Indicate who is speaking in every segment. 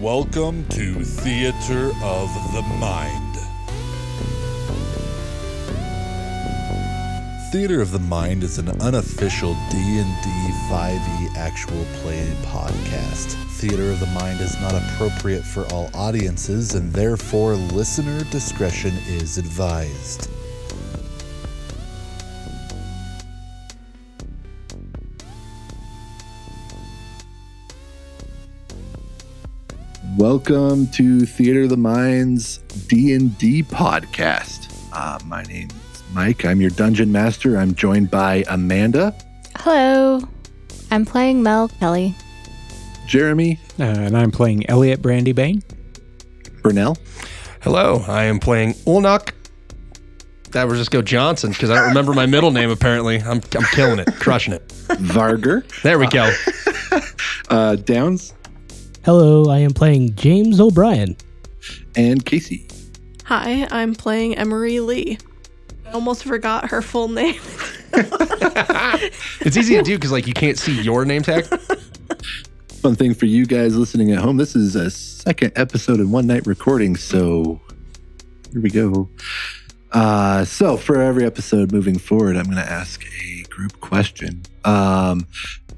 Speaker 1: Welcome to Theater of the Mind. Theater of the Mind is an unofficial D&D 5e actual play podcast. Theater of the Mind is not appropriate for all audiences and therefore listener discretion is advised.
Speaker 2: Welcome to Theater of the Mind's D&D podcast. Uh, my name is Mike. I'm your dungeon master. I'm joined by Amanda,
Speaker 3: Hello. I'm playing Mel Kelly.
Speaker 2: Jeremy,
Speaker 4: Uh, and I'm playing Elliot Brandybane.
Speaker 2: Brunel,
Speaker 5: Hello, I am playing Ulnok. That was just go Johnson because I don't remember my middle name. Apparently, I'm I'm killing it, crushing it.
Speaker 2: Varger,
Speaker 5: There we go.
Speaker 2: uh, Downs,
Speaker 6: Hello, I am playing James O'Brien.
Speaker 2: and Casey.
Speaker 7: Hi, I'm playing Emery Lee. I almost forgot her full name.
Speaker 5: It's easy to do because like you can't see your name tag.
Speaker 2: Fun thing for you guys listening at home, this is uh, a second episode in one night recording, so here we go. Uh, so for every episode moving forward, I'm going to ask a group question. Um,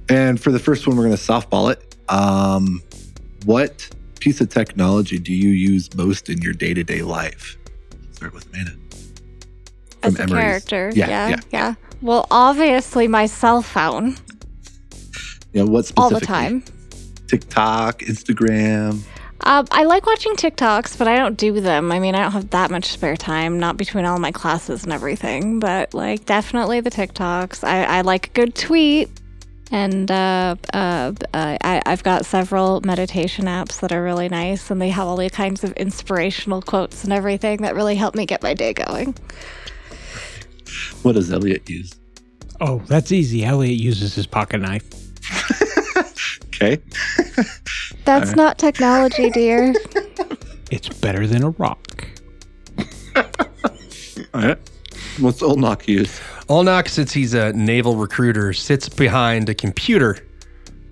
Speaker 2: and for the first one, we're going to softball it. Um, what piece of technology do you use most in your day to day life? Start with Mana.
Speaker 3: As
Speaker 2: From
Speaker 3: a
Speaker 2: Emery's.
Speaker 3: character.
Speaker 2: Yeah,
Speaker 3: yeah,
Speaker 2: yeah.
Speaker 3: yeah. Well, obviously my cell phone
Speaker 2: You know, what
Speaker 3: all the
Speaker 2: specifically?
Speaker 3: time.
Speaker 2: TikTok, Instagram.
Speaker 3: Um, I like watching TikToks, but I don't do them. I mean, I don't have that much spare time, not between all my classes and everything. But like, definitely the TikToks. I, I like a good tweet, and uh, uh, uh, I, I've got several meditation apps that are really nice, and they have all the kinds of inspirational quotes and everything that really help me get my day going.
Speaker 2: What does Elliot use?
Speaker 4: Oh, that's easy. Elliot uses his pocket knife.
Speaker 2: Okay.
Speaker 3: That's not technology, dear.
Speaker 4: It's better than a rock.
Speaker 2: All right. What's old knock use?
Speaker 5: Ulnok, since he's a naval recruiter, sits behind a computer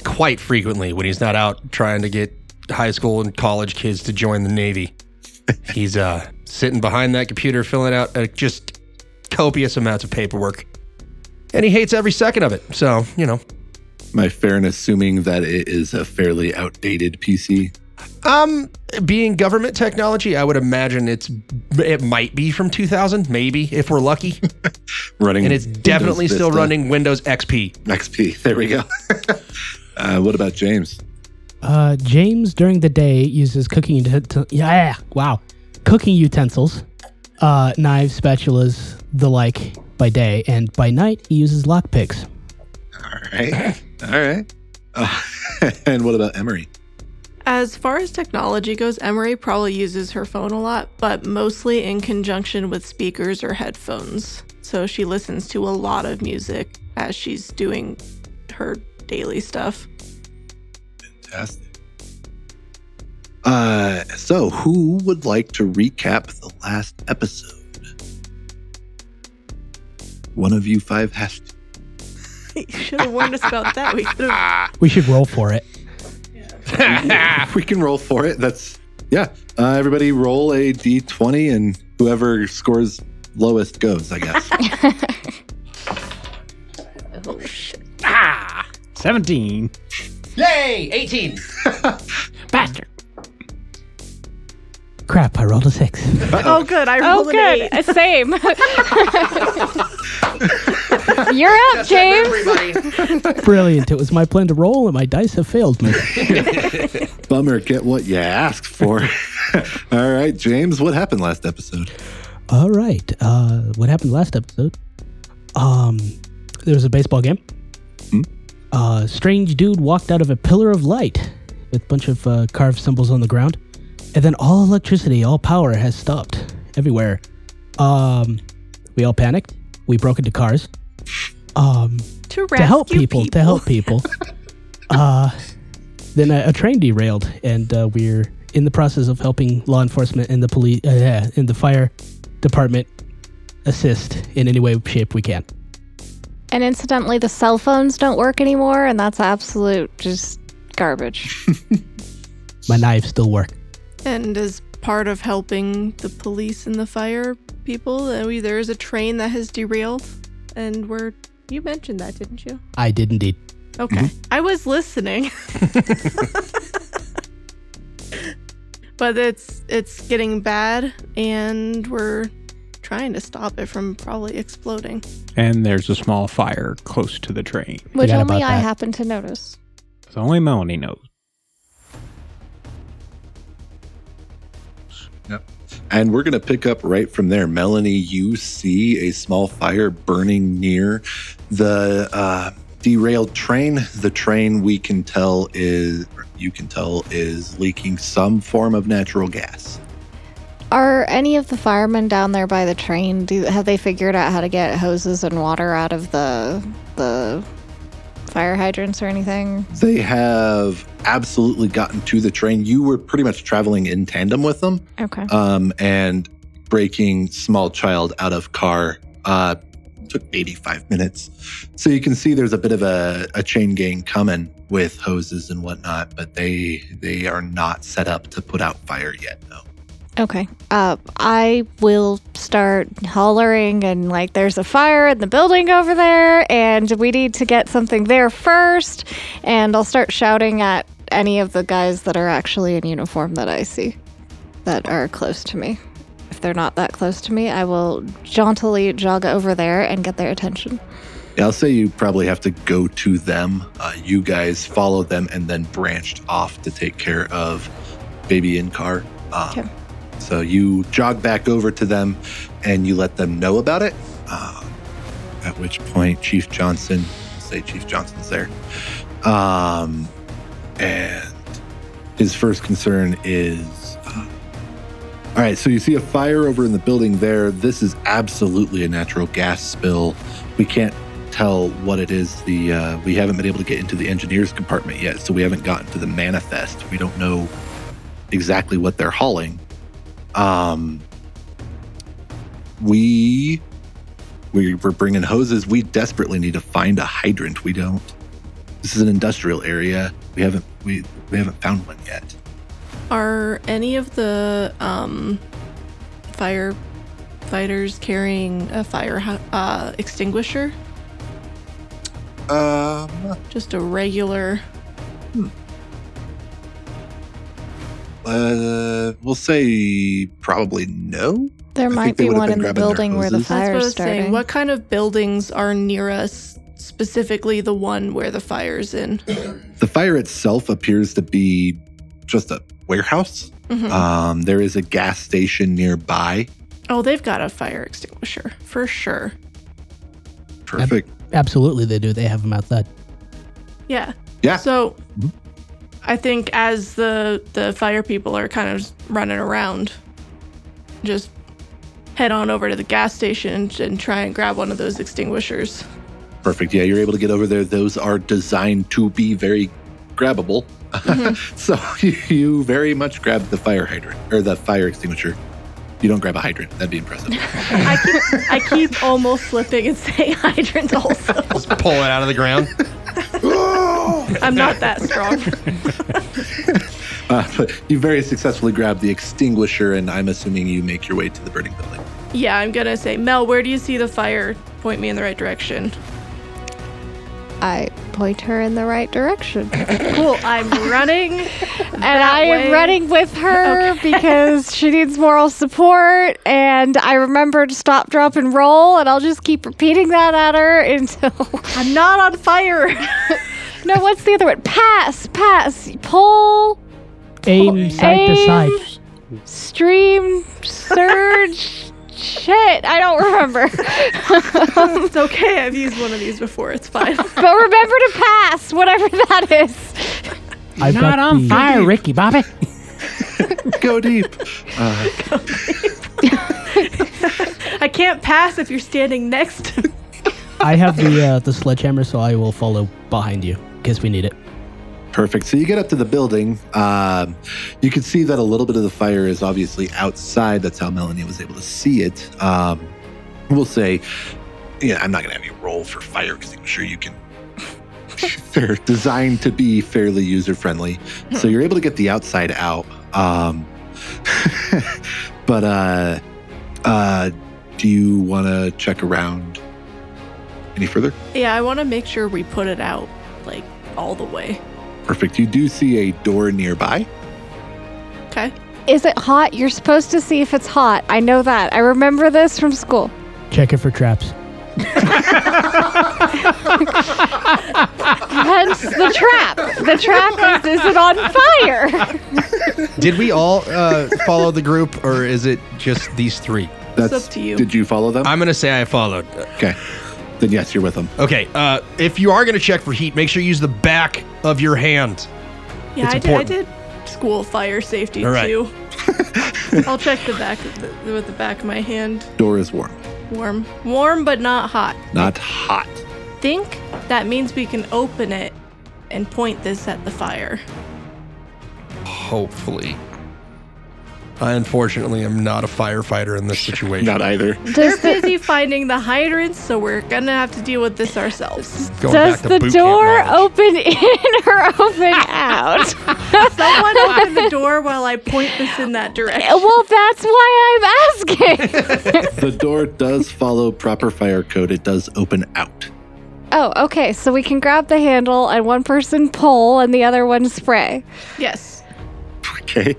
Speaker 5: quite frequently when he's not out trying to get high school and college kids to join the Navy. He's uh, sitting behind that computer, filling out uh, just copious amounts of paperwork. And he hates every second of it. So, you know,
Speaker 2: my fair in assuming that it is a fairly outdated PC.
Speaker 5: Um, being government technology, I would imagine it's it might be from 2000, maybe if we're lucky,
Speaker 2: Running
Speaker 5: and it's
Speaker 2: Windows
Speaker 5: definitely still
Speaker 2: Vista.
Speaker 5: running Windows XP.
Speaker 2: XP. There we go. uh, what about James?
Speaker 6: Uh, James during the day uses cooking utensils. Yeah, wow, cooking utensils, uh, knives, spatulas, the like by day, and by night he uses lockpicks.
Speaker 2: All right. All right. Uh, and what about Emery?
Speaker 7: As far as technology goes, Emery probably uses her phone a lot, but mostly in conjunction with speakers or headphones. So she listens to a lot of music as she's doing her daily stuff.
Speaker 2: Fantastic. Uh, so who would like to recap the last episode? One of you five has to.
Speaker 7: you should have warned us about that. We could have.
Speaker 6: We should roll for it.
Speaker 2: we can roll for it. That's yeah. Uh, everybody roll a d20, and whoever scores lowest goes. I guess.
Speaker 7: Oh, shit.
Speaker 4: 17.
Speaker 5: Yay, 18.
Speaker 4: Bastard.
Speaker 6: Crap, I rolled a six.
Speaker 7: oh good. I rolled
Speaker 3: Oh, good.
Speaker 7: an eight.
Speaker 3: Same. You're up, James.
Speaker 6: Brilliant. It was my plan to roll, and my dice have failed me.
Speaker 2: Bummer. Get what you asked for. All right, James. What happened last episode?
Speaker 6: All right. Uh, what happened last episode? Um, there was a baseball game. Uh, strange dude walked out of a pillar of light with a bunch of uh, carved symbols on the ground, and then all electricity, all power has stopped everywhere. Um, we all panicked. We broke into cars. Um,
Speaker 7: To,
Speaker 6: to help
Speaker 7: rescue
Speaker 6: people, to help people. uh, then a, a train derailed, and uh, we're in the process of helping law enforcement and the police, uh, yeah, and the fire department assist in any way, shape we can.
Speaker 3: And incidentally, the cell phones don't work anymore, and that's absolute just garbage.
Speaker 6: My knives still work.
Speaker 7: And as part of helping the police and the fire people, uh, we- there is a train that has derailed, and we're. You mentioned that, didn't you?
Speaker 6: I did indeed.
Speaker 7: Okay. I was listening. but it's it's getting bad and we're trying to stop it from probably exploding.
Speaker 4: And there's a small fire close to the train.
Speaker 3: Which
Speaker 6: Forgot
Speaker 3: only
Speaker 6: about
Speaker 3: I
Speaker 6: that.
Speaker 3: happen to notice.
Speaker 4: It's only Melanie knows.
Speaker 2: And we're going to pick up right from there. Melanie, you see a small fire burning near the uh, derailed train. The train we can tell is, you can tell, is leaking some form of natural gas.
Speaker 3: Are any of the firemen down there by the train? Do have they figured out how to get hoses and water out of the the fire hydrants or anything?
Speaker 2: They have absolutely gotten to the train. You were pretty much traveling in tandem with them.
Speaker 3: Okay.
Speaker 2: um, and breaking small child out of car uh, took 85 minutes. So you can see there's a bit of a, a chain gang coming with hoses and whatnot, but they they are not set up to put out fire yet. No.
Speaker 3: Okay. Uh, I will start hollering and like, there's a fire in the building over there, and we need to get something there first. And I'll start shouting at any of the guys that are actually in uniform that I see that are close to me. If they're not that close to me, I will jauntily jog over there and get their attention.
Speaker 2: Yeah, I'll say you probably have to go to them. Uh, you guys followed them and then branched off to take care of baby in car. Um,
Speaker 3: Okay.
Speaker 2: So you jog back over to them and you let them know about it. Um, at which point, Chief Johnson, say Chief Johnson's there. Um, and his first concern is uh, all right, so you see a fire over in the building there. This is absolutely a natural gas spill. We can't tell what it is. The uh, we haven't been able to get into the engineer's compartment yet, so we haven't gotten to the manifest. We don't know exactly what they're hauling. Um, we we we're bringing hoses. We desperately need to find a hydrant. We don't. This is an industrial area. We haven't we we haven't found one yet.
Speaker 7: Are any of the um fire fighters carrying a fire hu- uh, extinguisher?
Speaker 2: Um,
Speaker 7: Just a regular
Speaker 2: uh, we'll say probably no.
Speaker 3: There
Speaker 2: I think
Speaker 3: might
Speaker 2: they
Speaker 3: be
Speaker 2: would have
Speaker 3: one
Speaker 2: been
Speaker 3: in the
Speaker 2: grabbing their
Speaker 3: building where the
Speaker 2: hoses.
Speaker 7: That's
Speaker 3: fire
Speaker 7: what I
Speaker 3: is
Speaker 7: was
Speaker 3: starting.
Speaker 7: saying. What kind of buildings are near us, specifically the one where the fire's in?
Speaker 2: The fire itself appears to be just a warehouse.
Speaker 7: Mhm.
Speaker 2: Um, there is a gas station nearby.
Speaker 7: oh, they've got a fire extinguisher for sure.
Speaker 2: Perfect.
Speaker 6: Absolutely, they do. They have them outside.
Speaker 7: Yeah.
Speaker 2: Yeah.
Speaker 7: So,
Speaker 2: Mhm.
Speaker 7: I think as the the fire people are kind of running around, just head on over to the gas station and try and grab one of those extinguishers.
Speaker 2: Perfect. Yeah, you're able to get over there. Those are designed to be very grabbable. so you, you very much grab the fire hydrant or the fire extinguisher. You don't grab a hydrant. That'd be impressive.
Speaker 7: I keep, I keep almost slipping and saying hydrant also.
Speaker 5: Just pull it out of the ground.
Speaker 7: I'm not that strong.
Speaker 2: uh, but you very successfully grab the extinguisher, and I'm assuming you make your way to the burning building.
Speaker 7: Yeah, I'm gonna say, Mel, where do you see the fire? Point me in the right direction.
Speaker 3: I point her in the right direction.
Speaker 7: Cool, I'm running.
Speaker 3: And I am
Speaker 7: way.
Speaker 3: running with her because she needs moral support. And I remembered stop, drop, and roll. And I'll just keep repeating that at her until I'm not on fire. no, what's the other one? Pass, pass, pull,
Speaker 6: Aim side to
Speaker 3: Aim.
Speaker 6: side.
Speaker 3: stream, surge. Shit, I don't remember.
Speaker 7: It's okay, I've used one of these before, it's fine.
Speaker 3: but remember to pass, whatever that is.
Speaker 6: I've got the-
Speaker 4: Ricky Bobby.
Speaker 2: Go deep. Uh,
Speaker 7: I can't pass if you're standing next to me.
Speaker 6: I have the uh, the sledgehammer, so I will follow behind you because we need it.
Speaker 2: Perfect. So you get up to the building. Um, you can see that a little bit of the fire is obviously outside. That's how Melanie was able to see it. Um, we'll say, yeah, I'm not going to have you roll for fire extinguisher. You can They're designed to be fairly user friendly, so you're able to get the outside out. Um, but uh, uh, do you want to check around any further?
Speaker 7: Yeah, I want to make sure we put it out like all the way.
Speaker 2: Perfect. You do see a door nearby.
Speaker 7: Okay.
Speaker 3: Is it hot? You're supposed to see if it's hot. I know that. I remember this from school.
Speaker 6: Check it for traps.
Speaker 3: Hence the trap. The trap is is it on fire?
Speaker 5: Did we all uh, follow the group, or is it just these three?
Speaker 2: That's
Speaker 7: up to you.
Speaker 2: Did you follow them?
Speaker 5: I'm gonna say I followed.
Speaker 2: okay. Then yes, you're with them.
Speaker 5: Okay, uh, if you are gonna check for heat, make sure you use the back of your hand.
Speaker 7: Yeah,
Speaker 5: It's
Speaker 7: I did, I
Speaker 5: important.
Speaker 7: did school fire safety
Speaker 5: All right.
Speaker 7: too. I'll check the back of the, with the back of my hand.
Speaker 2: Door is warm,
Speaker 7: Warm, warm but not hot.
Speaker 2: not hot.
Speaker 7: Think that means we can open it and point this at the fire.
Speaker 5: Hopefully. I unfortunately am not a firefighter in this situation.
Speaker 2: Not either.
Speaker 3: Does
Speaker 7: We're
Speaker 3: the,
Speaker 7: busy finding the hydrants, so we're gonna have to deal with this ourselves.
Speaker 5: Going
Speaker 3: does
Speaker 5: back to
Speaker 3: the
Speaker 5: boot camp
Speaker 3: door
Speaker 5: knowledge.
Speaker 3: open in or open out?
Speaker 7: Someone open the door while I point this in that direction.
Speaker 3: well, that's why I'm asking.
Speaker 2: the door does follow proper fire code. It does open out.
Speaker 3: Oh, okay. So we can grab the handle and one person pull and the other one spray.
Speaker 7: Yes.
Speaker 2: Okay.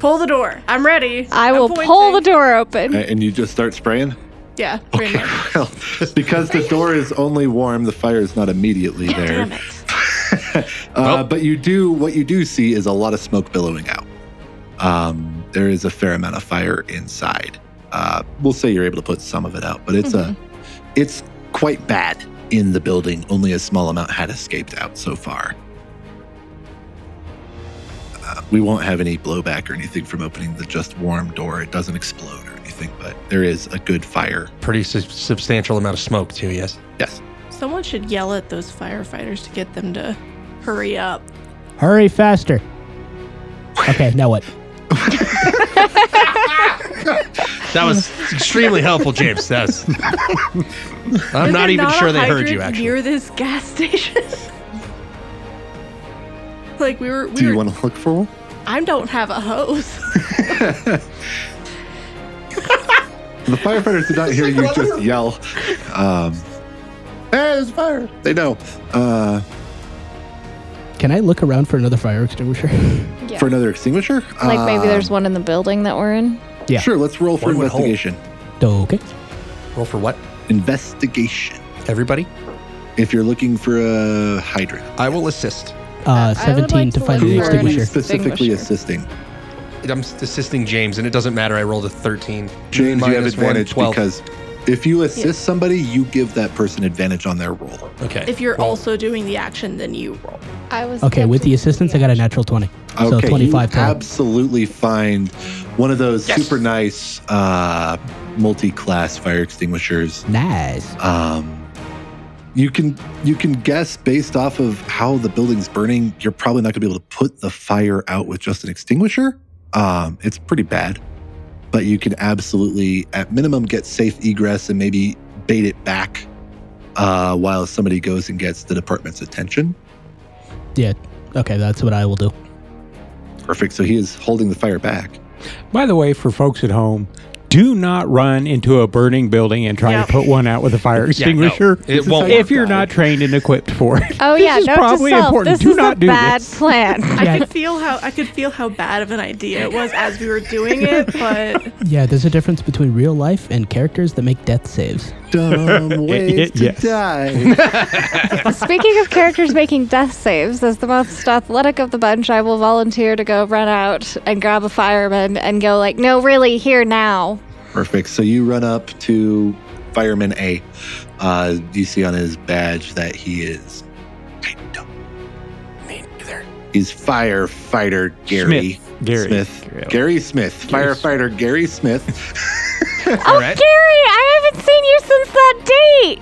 Speaker 7: Pull the door. I'm ready.
Speaker 3: I
Speaker 7: I'm
Speaker 3: will pull the
Speaker 7: pointing.
Speaker 3: door open.
Speaker 2: Uh, And you just start spraying?
Speaker 7: Yeah, pretty much.
Speaker 2: Well, because the door is only warm, the fire is not immediately
Speaker 7: Damn
Speaker 2: there.
Speaker 7: it.
Speaker 2: Uh, but you do what you do see is a lot of smoke billowing out. Um, there is a fair amount of fire inside. Uh, we'll say you're able to put some of it out, but it's a it's quite bad in the building. Only a small amount had escaped out so far. Uh, we won't have any blowback or anything from opening the just warm door. It doesn't explode or anything, but there is a good fire.
Speaker 5: Pretty su- substantial amount of smoke, too, yes.
Speaker 2: Yes.
Speaker 7: Someone should yell at those firefighters to get them to hurry up.
Speaker 6: Hurry faster. Okay, now what?
Speaker 5: That was extremely helpful, James. That's. I'm
Speaker 7: Is
Speaker 5: not
Speaker 7: there
Speaker 5: even
Speaker 7: a
Speaker 5: sure they heard
Speaker 7: hydrant
Speaker 5: you, actually.
Speaker 7: Near this gas station. like we were, we
Speaker 2: Do you
Speaker 7: were-
Speaker 2: want to look for one?
Speaker 7: I don't have a hose.
Speaker 2: The firefighters did not hear you just yell. Um, hey, there's fire. They know. Uh,
Speaker 6: Can I look around for another fire extinguisher?
Speaker 3: Yeah.
Speaker 2: For another extinguisher?
Speaker 3: like
Speaker 5: uh,
Speaker 3: maybe there's
Speaker 2: Um,
Speaker 3: one in the building that we're in.
Speaker 6: Yeah.
Speaker 2: Sure, let's roll for
Speaker 5: One would hope.
Speaker 2: investigation.
Speaker 6: okay.
Speaker 5: Roll for what?
Speaker 2: Investigation.
Speaker 5: Everybody?
Speaker 2: If you're looking for a hydrant,
Speaker 5: I will assist.
Speaker 6: Uh,
Speaker 3: I would
Speaker 6: 17
Speaker 3: like
Speaker 6: to
Speaker 3: to look for an
Speaker 2: who
Speaker 6: find the
Speaker 2: are you
Speaker 6: extinguisher.
Speaker 2: specifically
Speaker 3: extinguisher.
Speaker 2: assisting?
Speaker 5: I'm s- assisting James, and it doesn't matter. I rolled a 13.
Speaker 2: James, you have
Speaker 5: Minus one,
Speaker 2: advantage
Speaker 5: 12.
Speaker 2: because if you assist somebody, you give that person advantage on their roll.
Speaker 5: Okay.
Speaker 7: if you're
Speaker 5: Well,
Speaker 7: also doing the action, then you roll.
Speaker 3: I was
Speaker 6: Okay, with the assistance, I got a natural 20. so
Speaker 2: you
Speaker 6: 25 total.
Speaker 2: absolutely find one of those super nice uh, multi-class fire extinguishers.
Speaker 6: Nice.
Speaker 2: um, you can you can guess based off of how the building's burning you're probably not going to be able to put the fire out with just an extinguisher um, it's pretty bad but you can absolutely at minimum get safe egress and maybe bait it back uh, while somebody goes and gets the department's attention
Speaker 6: Yeah. Okay, that's what I will do.
Speaker 2: perfect so he is holding the fire back
Speaker 4: By the way, for folks at home, do not run into a burning building and try
Speaker 7: Yeah.
Speaker 4: to put one out with a fire
Speaker 5: Yeah, no.
Speaker 4: extinguisher.
Speaker 5: It won't
Speaker 4: if
Speaker 5: work.
Speaker 4: you're not trained and equipped for it.
Speaker 3: Oh
Speaker 4: This
Speaker 3: yeah,
Speaker 4: is
Speaker 3: note
Speaker 4: probably
Speaker 3: to self.
Speaker 4: important.
Speaker 3: This
Speaker 4: do
Speaker 3: is
Speaker 4: not
Speaker 3: a
Speaker 4: do
Speaker 3: bad
Speaker 4: this.
Speaker 3: plan.
Speaker 6: Yeah.
Speaker 7: I could feel how I could feel how bad of an idea it was as we were doing it, but
Speaker 6: Yeah, there's a difference between real life and characters that make death saves.
Speaker 2: dumb ways to
Speaker 4: Yes.
Speaker 2: die
Speaker 3: Speaking of characters making death saves, as the most athletic of the bunch, I will volunteer to go run out and grab a fireman and go like, "No, really, here now."
Speaker 2: perfect so you run up to fireman a uh, you see on his badge that he is He's firefighter Gary
Speaker 4: Smith. Gary.
Speaker 2: Smith.
Speaker 4: Gary.
Speaker 2: Gary Smith. Firefighter Gary Smith.
Speaker 3: oh,
Speaker 5: right.
Speaker 3: Gary, I haven't seen you since that date.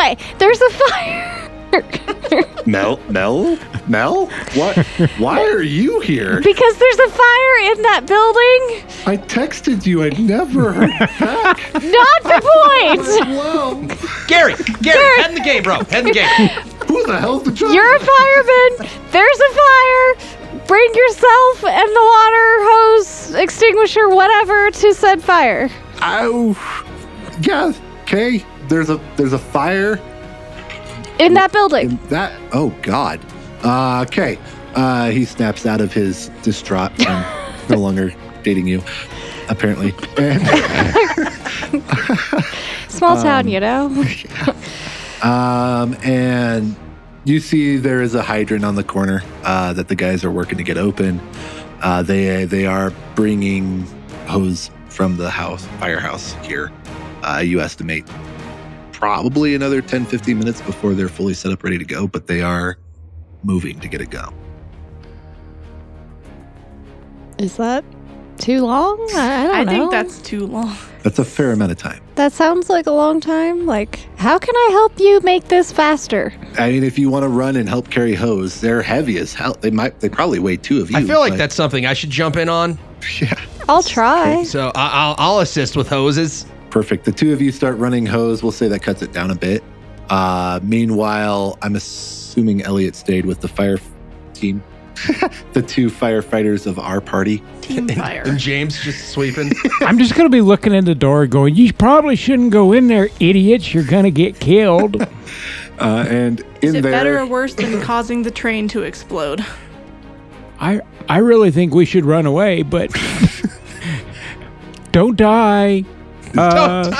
Speaker 3: Anyway, there's a fire.
Speaker 2: Mel. Mel. Mel. What? Why are you here?
Speaker 3: because there's a fire in that building.
Speaker 2: I texted you. I never heard back.
Speaker 3: Not the point.
Speaker 2: Whoa.
Speaker 5: Gary, Gary, head in the game, bro. Head in the game.
Speaker 2: Who the hell's the child?
Speaker 3: You're a fireman. There's a fire. Bring yourself and the water hose, extinguisher, whatever, to said fire.
Speaker 2: Oh, yeah. Okay. There's a there's a fire
Speaker 3: In that building.
Speaker 2: in that. Oh God. Uh, okay. Uh, he snaps out of his distraught. and no longer dating you, apparently. And,
Speaker 3: Small town, you know?
Speaker 2: um, and you see there is a hydrant on the corner uh, that the guys are working to get open. Uh, they they are bringing hose from the house firehouse here. Uh, you estimate probably another 10 15 minutes before they're fully set up ready to go, but they are moving to get it go.
Speaker 3: Is that too long? I, I don't
Speaker 7: I
Speaker 3: know.
Speaker 7: think that's too long.
Speaker 2: That's a fair amount of time.
Speaker 3: That sounds like a long time. Like, how can I help you make this faster?
Speaker 2: I mean, if you want to run and help carry hose, they're heavy as hell. They might, they probably weigh two of you.
Speaker 5: I feel like
Speaker 2: but-
Speaker 5: that's something I should jump in on.
Speaker 2: Yeah,
Speaker 3: I'll try.
Speaker 5: So I- I'll, I'll assist with hoses.
Speaker 2: perfect. The two of you start running hose. We'll say that cuts it down a bit. Uh, meanwhile, I'm assuming Elliot stayed with the fire team, the two firefighters of our party.
Speaker 7: Team fire.
Speaker 5: And James just sweeping.
Speaker 4: I'm just going to be looking in the door going, you probably shouldn't go in there, idiots. You're going to get killed.
Speaker 2: Uh, and in
Speaker 7: Is it
Speaker 2: there,
Speaker 7: better or worse than causing the train to explode?
Speaker 4: I, I really think we should run away, but don't die. Uh,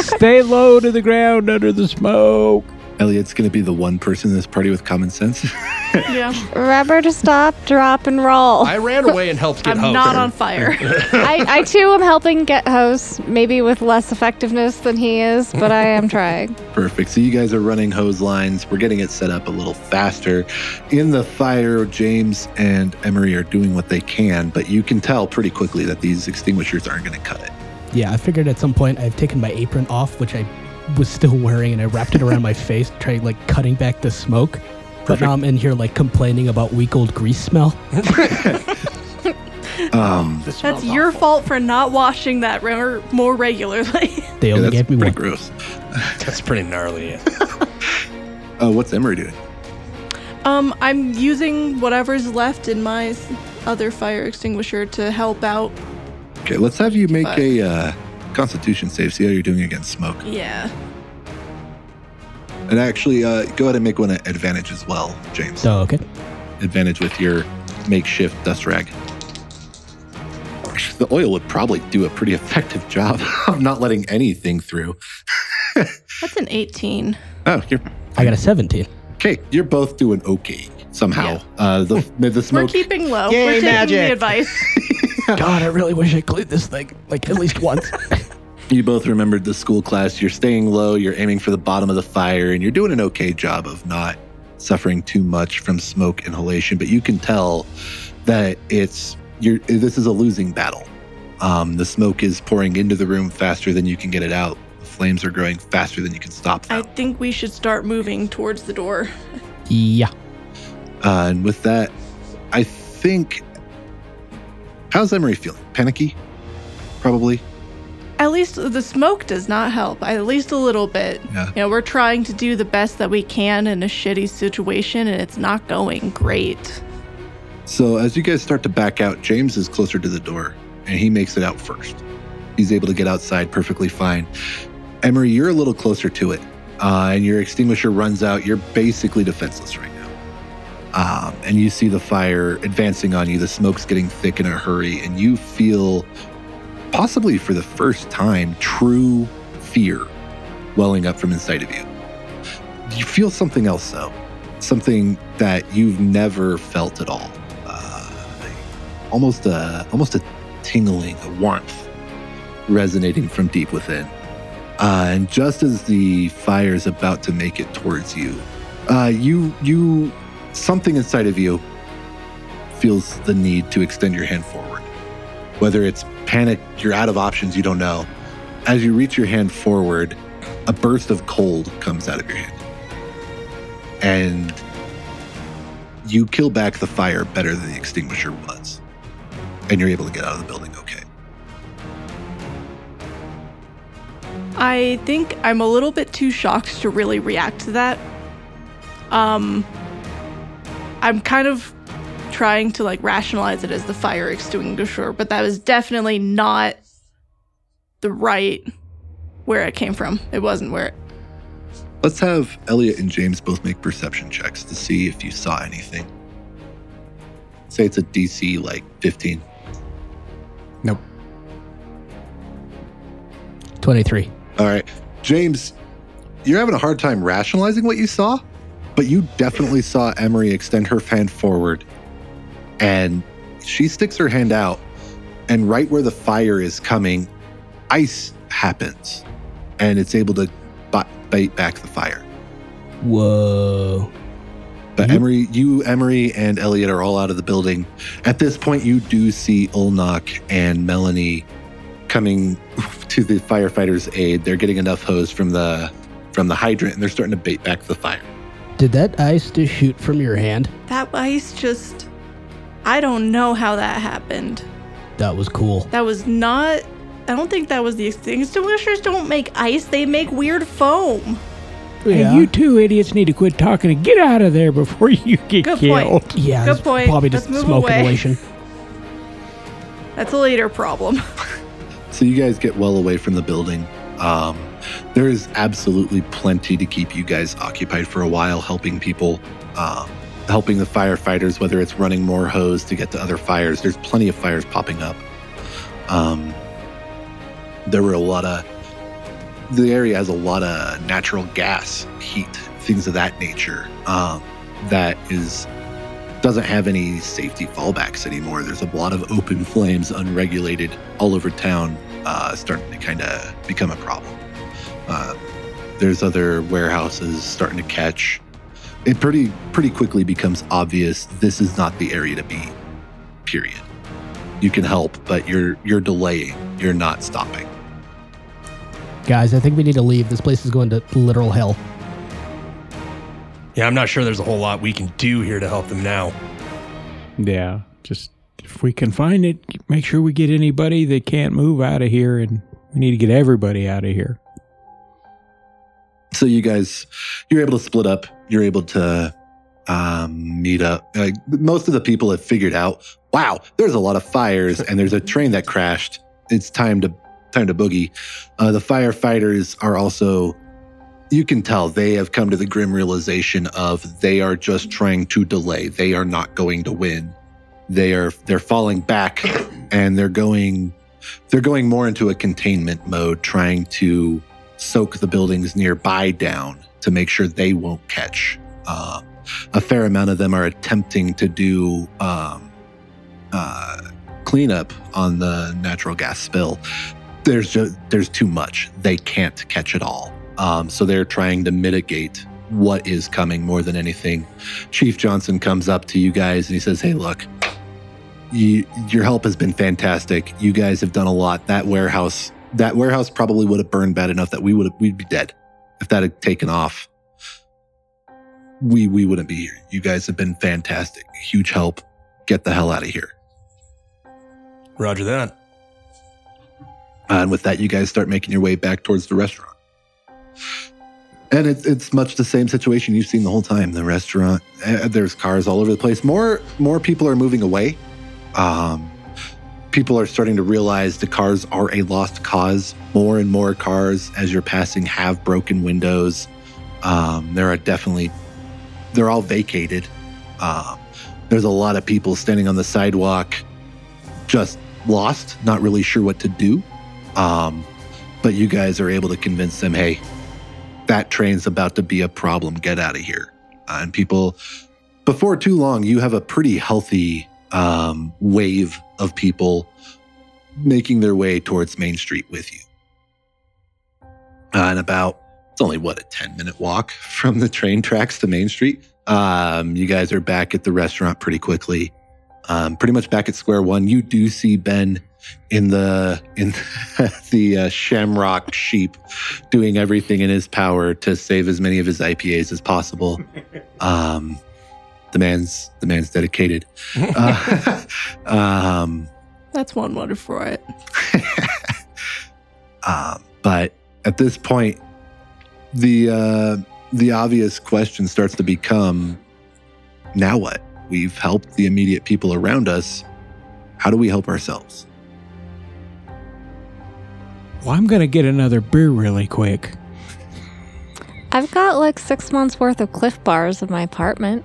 Speaker 4: stay low to the ground under the smoke.
Speaker 2: Elliot's going to be the one person in this party with common sense.
Speaker 7: Yeah.
Speaker 3: Remember to stop, drop, and roll. I,
Speaker 5: I ran away and helped get
Speaker 7: I'm
Speaker 5: hosed.
Speaker 7: not on fire.
Speaker 3: I, too am helping get host, maybe with less effectiveness than he is, but I am trying.
Speaker 2: Perfect. So you guys are running hose lines. We're getting it set up a little faster. In the fire, James and Emery are doing what they can, but you can tell pretty quickly that these extinguishers aren't going to cut it.
Speaker 6: Yeah, I figured at some point I've taken my apron off, which I was still wearing, and I wrapped it around my face, trying like cutting back the smoke. But now I'm in here like complaining about week old grease smell.
Speaker 2: Um,
Speaker 7: That's your fault for not washing that re- more regularly.
Speaker 6: They
Speaker 2: yeah,
Speaker 6: only
Speaker 2: that's
Speaker 6: gave me
Speaker 2: pretty
Speaker 6: one.
Speaker 2: gross.
Speaker 5: That's pretty gnarly. yeah.
Speaker 2: Uh, what's Emery doing?
Speaker 7: Um, I'm using whatever's left in my s- other fire extinguisher to help out.
Speaker 2: Okay, let's have you make a uh, Constitution save. See how you're doing against smoke.
Speaker 7: Yeah.
Speaker 2: And actually, uh, go ahead and make one at advantage as well, James.
Speaker 6: Oh, okay.
Speaker 2: Advantage with your makeshift dust rag. The oil would probably do a pretty effective job of not letting anything through.
Speaker 7: That's an 18.
Speaker 2: Oh, you're
Speaker 6: I got a 17.
Speaker 2: okay. You're both doing okay somehow. Uh, the the
Speaker 7: We're
Speaker 2: smoke.
Speaker 7: keeping low. We're taking the advice.
Speaker 6: God, I really wish I cleaned this thing like at least once.
Speaker 2: you both remembered the school class. You're staying low. You're aiming for the bottom of the fire, and you're doing an okay job of not suffering too much from smoke inhalation. But you can tell that it's you're. This is a losing battle. Um, the smoke is pouring into the room faster than you can get it out. The flames are growing faster than you can stop them.
Speaker 7: I think we should start moving towards the door.
Speaker 6: yeah.
Speaker 2: Uh, and with that, I think. How's Emery feeling? Panicky? Probably.
Speaker 7: At least the smoke does not help, at least a little bit.
Speaker 2: Yeah.
Speaker 7: You know, we're trying to do the best that we can in a shitty situation, and it's not going great.
Speaker 2: So as you guys start to back out, James is closer to the door and he makes it out first. He's able to get outside perfectly fine. Emery, you're a little closer to it, uh, and your extinguisher runs out. You're basically defenseless right now. Um, and you see the fire advancing on you. The smoke's getting thick in a hurry, and you feel, possibly for the first time, true fear welling up from inside of you. You feel something else, though, something that you've never felt at all uh, almost a almost a tingling, a warmth resonating from deep within. Uh, and just as the fire is about to make it towards you, uh, you you something inside of you feels the need to extend your hand forward. Whether it's panic, you're out of options, you don't know. As you reach your hand forward, a burst of cold comes out of your hand. And you kill back the fire better than the extinguisher was. And you're able to get out of the building okay.
Speaker 7: I think I'm a little bit too shocked to really react to that. Um, I'm kind of trying to like rationalize it as the fire extinguisher, but that was definitely not the right where it came from. It wasn't where it.
Speaker 2: Let's have Elliot and James both make perception checks to see if you saw anything. Say it's a DC like 15.
Speaker 6: 23.
Speaker 2: All right. James, you're having a hard time rationalizing what you saw, but you definitely saw Emery extend her hand forward and she sticks her hand out. And right where the fire is coming, ice happens and it's able to bi- bite back the fire.
Speaker 6: Whoa.
Speaker 2: But
Speaker 6: Mhm.
Speaker 2: Emery, you, Emery, and Elliot are all out of the building. At this point, you do see Ulnock and Melanie coming to the firefighters' aid. They're getting enough hose from the from the hydrant, and they're starting to bait back the fire.
Speaker 6: Did that ice just shoot from your hand?
Speaker 7: That ice just. I don't know how that happened.
Speaker 6: That was cool.
Speaker 7: That was not. I don't think that was the extinguishers. Don't make ice. They make weird foam.
Speaker 4: Hey, you two idiots need to quit talking and get out of there before you get
Speaker 7: Good
Speaker 4: killed.
Speaker 7: point.
Speaker 6: yeah,
Speaker 7: Good
Speaker 6: it's
Speaker 7: point.
Speaker 6: probably
Speaker 7: Let's
Speaker 6: just
Speaker 7: move
Speaker 6: smoke
Speaker 7: away.
Speaker 6: inhalation.
Speaker 7: That's a later problem.
Speaker 2: So you guys get well away from the building. Um, there is absolutely plenty to keep you guys occupied for a while, helping people, um, helping the firefighters, whether it's running more hose to get to other fires. There's plenty of fires popping up. Um, there were a lot of, the area has a lot of natural gas, heat, things of that nature um, that is doesn't have any safety fallbacks anymore. There's a lot of open flames, unregulated, all over town, uh, starting to kind of become a problem. Uh, there's other warehouses starting to catch. It pretty pretty quickly becomes obvious this is not the area to be. Period. You can help, but you're you're delaying. You're not stopping.
Speaker 6: Guys, I think we need to leave. This place is going to literal hell.
Speaker 5: Yeah, I'm not sure there's a whole lot we can do here to help them now.
Speaker 4: Yeah, just if we can find it, make sure we get anybody that can't move out of here, and we need to get everybody out of here.
Speaker 2: so you guys you're able to split up you're able to um, meet up like most of the people have figured out wow there's a lot of fires and there's a train that crashed it's time to time to boogie uh, the firefighters are also you can tell they have come to the grim realization of they are just trying to delay they are not going to win they are they're falling back and they're going they're going more into a containment mode trying to soak the buildings nearby down to make sure they won't catch. Um, a fair amount of them are attempting to do um, uh, cleanup on the natural gas spill. There's just there's too much. They can't catch it all. Um, so they're trying to mitigate what is coming more than anything. Chief Johnson comes up to you guys and he says, "Hey, look." You, your help has been fantastic. You guys have done a lot. That warehouse that warehouse probably would have burned bad enough that we would have, we'd be dead if that had taken off. We we wouldn't be here. You guys have been fantastic, huge help. Get the hell out of here.
Speaker 5: Roger that.
Speaker 2: And with that, you guys start making your way back towards the restaurant. And it's it's much the same situation you've seen the whole time. The restaurant, eh, there's cars all over the place. More more people are moving away. Um, people are starting to realize the cars are a lost cause. More and more cars, as you're passing, have broken windows. Um, there are definitely they're all vacated. Um, there's a lot of people standing on the sidewalk, just lost, not really sure what to do. Um, but you guys are able to convince them, hey, that train's about to be a problem. Get out of here. Uh, and people, before too long, you have a pretty healthy um, wave of people making their way towards Main Street with you. Uh, and about, it's only what, a 10 minute walk from the train tracks to Main Street. Um, you guys are back at the restaurant pretty quickly. Um, pretty much back at square one. You do see Ben in the in the uh, shamrock sheep doing everything in his power to save as many of his IPAs as possible. Um, the man's the man's dedicated. Uh, um,
Speaker 7: That's one word for it.
Speaker 2: um, but at this point, the uh, the obvious question starts to become now what? We've helped the immediate people around us. How do we help ourselves?
Speaker 4: Well, I'm gonna get another beer really quick.
Speaker 3: I've got like six months worth of Cliff Bars in my apartment.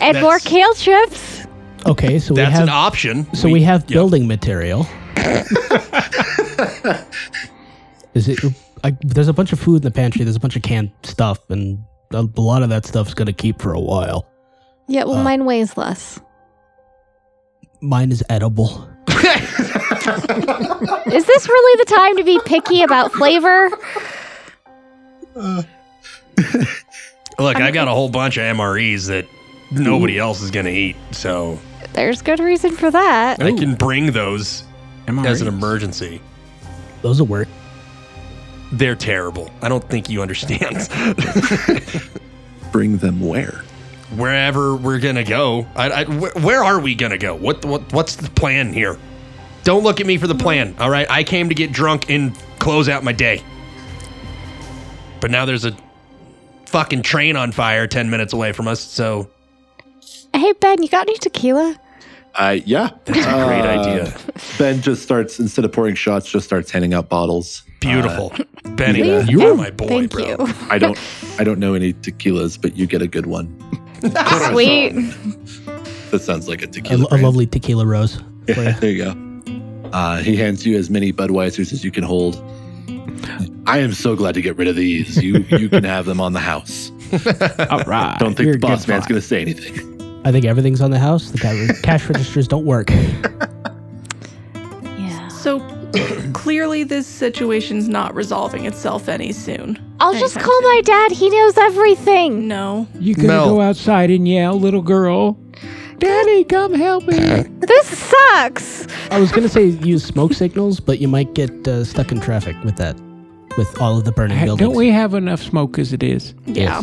Speaker 3: and more
Speaker 5: That's-
Speaker 3: kale chips.
Speaker 6: Okay, so we
Speaker 5: That's
Speaker 6: have
Speaker 5: an option.
Speaker 6: so we, have
Speaker 5: yeah.
Speaker 6: building material. Is it? I, there's a bunch of food in the pantry. There's a bunch of canned stuff, and a lot of that stuff's gonna keep for a while.
Speaker 3: Yeah, well,
Speaker 6: Uh.
Speaker 3: mine weighs less.
Speaker 6: Mine is edible.
Speaker 3: Is this really the time to be picky about flavor?
Speaker 5: Look, I got a whole bunch of MREs that nobody else is going to eat, so
Speaker 3: There's good reason for that.
Speaker 5: I can bring those
Speaker 4: Am I
Speaker 5: as an
Speaker 4: right?
Speaker 5: emergency.
Speaker 6: Those will work.
Speaker 5: They're terrible. I don't think you understand.
Speaker 2: Bring them where?
Speaker 5: Wherever we're gonna go, I, I- wh- where are we gonna go? What, what what's the plan here? Don't look at me for the plan. All right, I came to get drunk and close out my day. But now there's a fucking train on fire ten minutes away from us, so
Speaker 3: Hey, Ben, you got any tequila?
Speaker 2: Uh, yeah. Uh,
Speaker 5: that's a great idea.
Speaker 2: Ben just starts, instead of pouring shots, just starts handing out bottles.
Speaker 5: Beautiful, Benny.
Speaker 2: yeah.
Speaker 5: You are my boy,
Speaker 3: Oh, Thank
Speaker 5: bro.
Speaker 3: you.
Speaker 2: I don't I don't know any tequilas, but you get a good one.
Speaker 3: Sweet.
Speaker 2: That sounds like a
Speaker 6: A,
Speaker 2: tequila.
Speaker 6: a
Speaker 2: brand.
Speaker 6: lovely tequila rose. for ya.
Speaker 2: There you go. Uh, he hands you as many Budweisers as you can hold. I am so glad to get rid of these. You you can have them on the house.
Speaker 4: All right.
Speaker 2: Don't think
Speaker 4: You're a
Speaker 2: the
Speaker 4: good
Speaker 2: boss man's
Speaker 4: boy.
Speaker 2: going to say anything.
Speaker 6: I think everything's on the house. The ca- cash registers don't work.
Speaker 3: Yeah.
Speaker 7: So clearly, this situation's not resolving itself any soon.
Speaker 3: I'll just call my dad. He knows everything.
Speaker 7: No.
Speaker 4: You gonna
Speaker 5: Mel.
Speaker 4: go outside and yell, little girl? Daddy, come help me!
Speaker 3: This sucks.
Speaker 6: I was gonna say use smoke signals, but you might get uh, stuck in traffic with that, with all of the burning
Speaker 4: Ha-
Speaker 6: buildings.
Speaker 4: Don't we have enough smoke as it is?
Speaker 7: Yeah.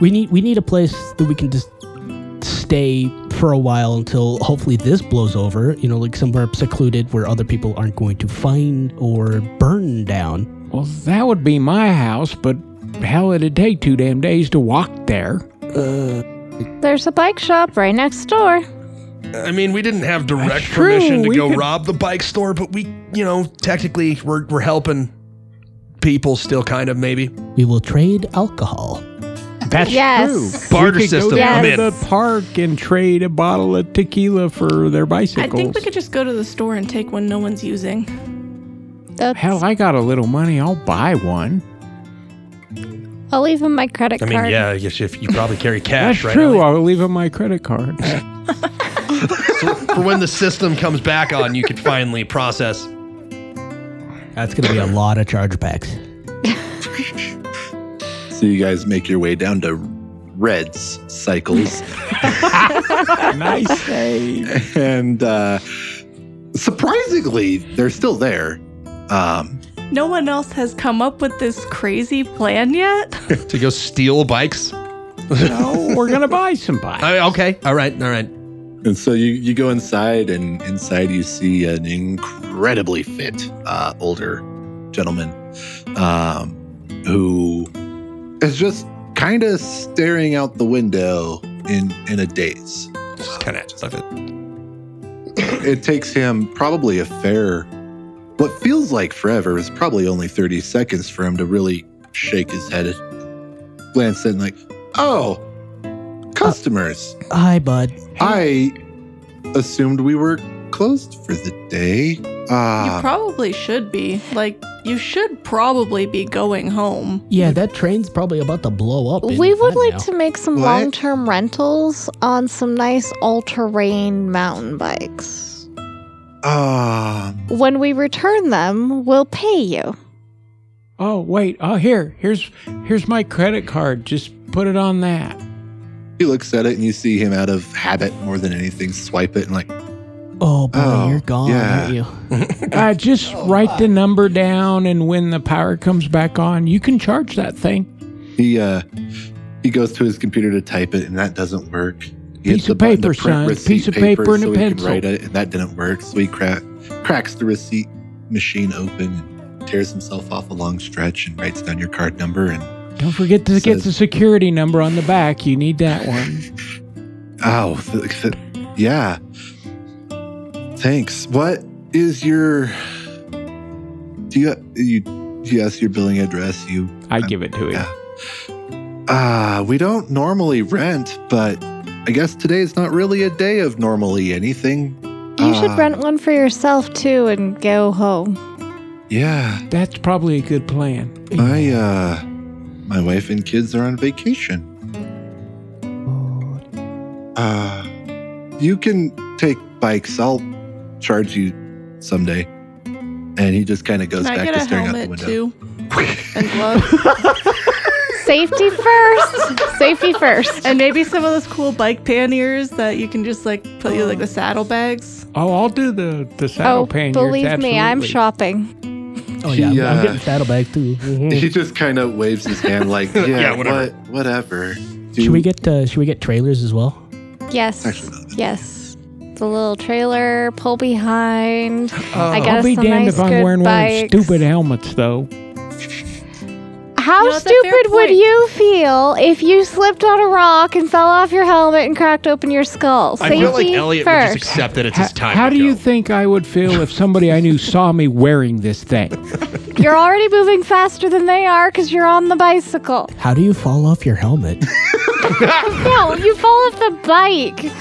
Speaker 6: We need we need a place that we can just stay for a while until hopefully this blows over. You know, like somewhere secluded where other people aren't going to find or burn down.
Speaker 4: Well, that would be my house, but hell, it'd take two damn days to walk there.
Speaker 3: There's a bike shop right next door.
Speaker 5: I mean, we didn't have direct
Speaker 4: That's true.
Speaker 5: permission to
Speaker 4: We
Speaker 5: go
Speaker 4: could-
Speaker 5: rob the bike store, but we, you know, technically we're, we're helping people still, kind of, maybe.
Speaker 6: We will trade alcohol.
Speaker 4: That's
Speaker 3: Yes.
Speaker 4: true.
Speaker 5: Barter
Speaker 4: we could
Speaker 5: system,
Speaker 4: Go down
Speaker 3: I'm
Speaker 5: in.
Speaker 4: to the park and trade a bottle of tequila for their
Speaker 7: I
Speaker 4: bicycles.
Speaker 7: think we could just go to the store and take one no one's using.
Speaker 3: That's,
Speaker 4: Hell, I got a little money. I'll buy one.
Speaker 3: I'll leave him my credit
Speaker 5: I
Speaker 3: card.
Speaker 5: mean, yeah, I guess if you probably carry cash,
Speaker 4: That's
Speaker 5: right?
Speaker 4: true.
Speaker 5: Ellie?
Speaker 4: I'll leave him my credit card.
Speaker 5: So for when the system comes back on, you can finally process.
Speaker 6: That's gonna be a lot of chargebacks.
Speaker 2: So you guys make your way down to Red's cycles,
Speaker 4: nice save.
Speaker 2: and uh, surprisingly, they're still there. Um,
Speaker 7: No one else has come up with this crazy plan yet.
Speaker 5: To go steal bikes?
Speaker 4: No, we're gonna buy some bikes.
Speaker 5: I- okay. All right. All right.
Speaker 2: And so you, you go inside, and inside you see an incredibly fit uh, older gentleman um, who is just kind of staring out the window in, in a daze.
Speaker 5: Just kind of stuff it.
Speaker 2: It takes him probably a fair, what feels like forever, is probably only 30 seconds for him to really shake his head, glance in, like, oh, customers.
Speaker 6: Hi, bud.
Speaker 2: I assumed we were closed for the day.
Speaker 7: you
Speaker 2: Ah,
Speaker 7: probably should be. Like, you should probably be going home.
Speaker 6: Yeah, that train's probably about to blow up. any
Speaker 3: We would
Speaker 6: time
Speaker 3: like
Speaker 6: now.
Speaker 3: to make some
Speaker 2: What?
Speaker 3: long term rentals on some nice all terrain mountain bikes.
Speaker 2: um,
Speaker 3: When we return them, we'll pay you.
Speaker 4: Oh wait. Oh here. Here's here's my credit card. Just put it on that.
Speaker 2: he looks at it, and you see him out of habit more than anything swipe it and like,
Speaker 6: Oh boy,
Speaker 2: Oh,
Speaker 6: you're gone,
Speaker 2: yeah.
Speaker 6: aren't you?
Speaker 4: Uh, just write the number down, and when the power comes back on, you can charge that thing.
Speaker 2: he uh, he goes to his computer to type it, and that doesn't work. He
Speaker 4: Piece
Speaker 2: hits the
Speaker 4: of
Speaker 2: button to
Speaker 4: paper,
Speaker 2: print
Speaker 4: son.
Speaker 2: receipt
Speaker 4: Piece of paper and a
Speaker 2: so he can
Speaker 4: pencil.
Speaker 2: write it, and that didn't work. So he cra- cracks the receipt machine open and tears himself off a long stretch and writes down your card number. And
Speaker 4: Don't forget to get
Speaker 2: Says-
Speaker 4: the security number on the back. You need that one.
Speaker 2: oh, th- th- yeah. Thanks. What is your? Do you you you ask your billing address? You
Speaker 4: I give it to him.
Speaker 2: Uh, we don't normally rent, but I guess today is not really a day of normally anything.
Speaker 3: You should
Speaker 5: Ah.
Speaker 2: Uh,
Speaker 3: rent one for yourself too and go home.
Speaker 2: Yeah,
Speaker 4: That's probably a good plan.
Speaker 2: my uh, my wife and kids are on vacation. Uh, you can take bikes. I'll charge you someday. And he just kind of goes
Speaker 7: Can I
Speaker 2: back
Speaker 7: get
Speaker 2: to
Speaker 7: a
Speaker 2: staring out the
Speaker 7: helmet
Speaker 2: window.
Speaker 7: too? and gloves?
Speaker 3: Safety first. Safety first.
Speaker 7: and maybe some of those cool bike panniers that you can just like put you like
Speaker 6: Oh.
Speaker 7: the saddlebags.
Speaker 4: Oh, I'll do the the saddle
Speaker 3: Oh,
Speaker 4: panniers,
Speaker 3: believe me, I'm
Speaker 4: absolutely.
Speaker 3: shopping.
Speaker 6: Oh yeah,
Speaker 2: He,
Speaker 6: I'm, I'm
Speaker 2: uh,
Speaker 6: getting saddlebags too. Mhm.
Speaker 2: He just kind of waves his hand like, yeah,
Speaker 5: Yeah, whatever."
Speaker 2: What, whatever.
Speaker 6: Should we get uh, should we get trailers as well?
Speaker 3: Yes.
Speaker 2: Actually, not a bad
Speaker 3: Yes. It's a little trailer, pull behind. I got
Speaker 4: Oh. I'll
Speaker 3: us
Speaker 4: be
Speaker 3: some
Speaker 4: damned
Speaker 3: nice
Speaker 4: if I'm
Speaker 3: good
Speaker 4: wearing one of
Speaker 3: bikes.
Speaker 4: them stupid helmets, though.
Speaker 3: How
Speaker 7: You know, that's a fair
Speaker 3: stupid would
Speaker 7: point.
Speaker 3: you feel if you slipped on a rock and fell off your helmet and cracked open your skull?
Speaker 5: I
Speaker 3: Safety
Speaker 5: feel like Elliot
Speaker 3: first.
Speaker 5: would just accept that it's
Speaker 4: How,
Speaker 5: his time.
Speaker 4: how
Speaker 5: to
Speaker 4: do you
Speaker 5: go.
Speaker 4: think I would feel if somebody I knew saw me wearing this thing?
Speaker 3: You're already moving faster than they are because you're on the bicycle.
Speaker 6: How do you fall off your helmet?
Speaker 3: No, you fall off the bike.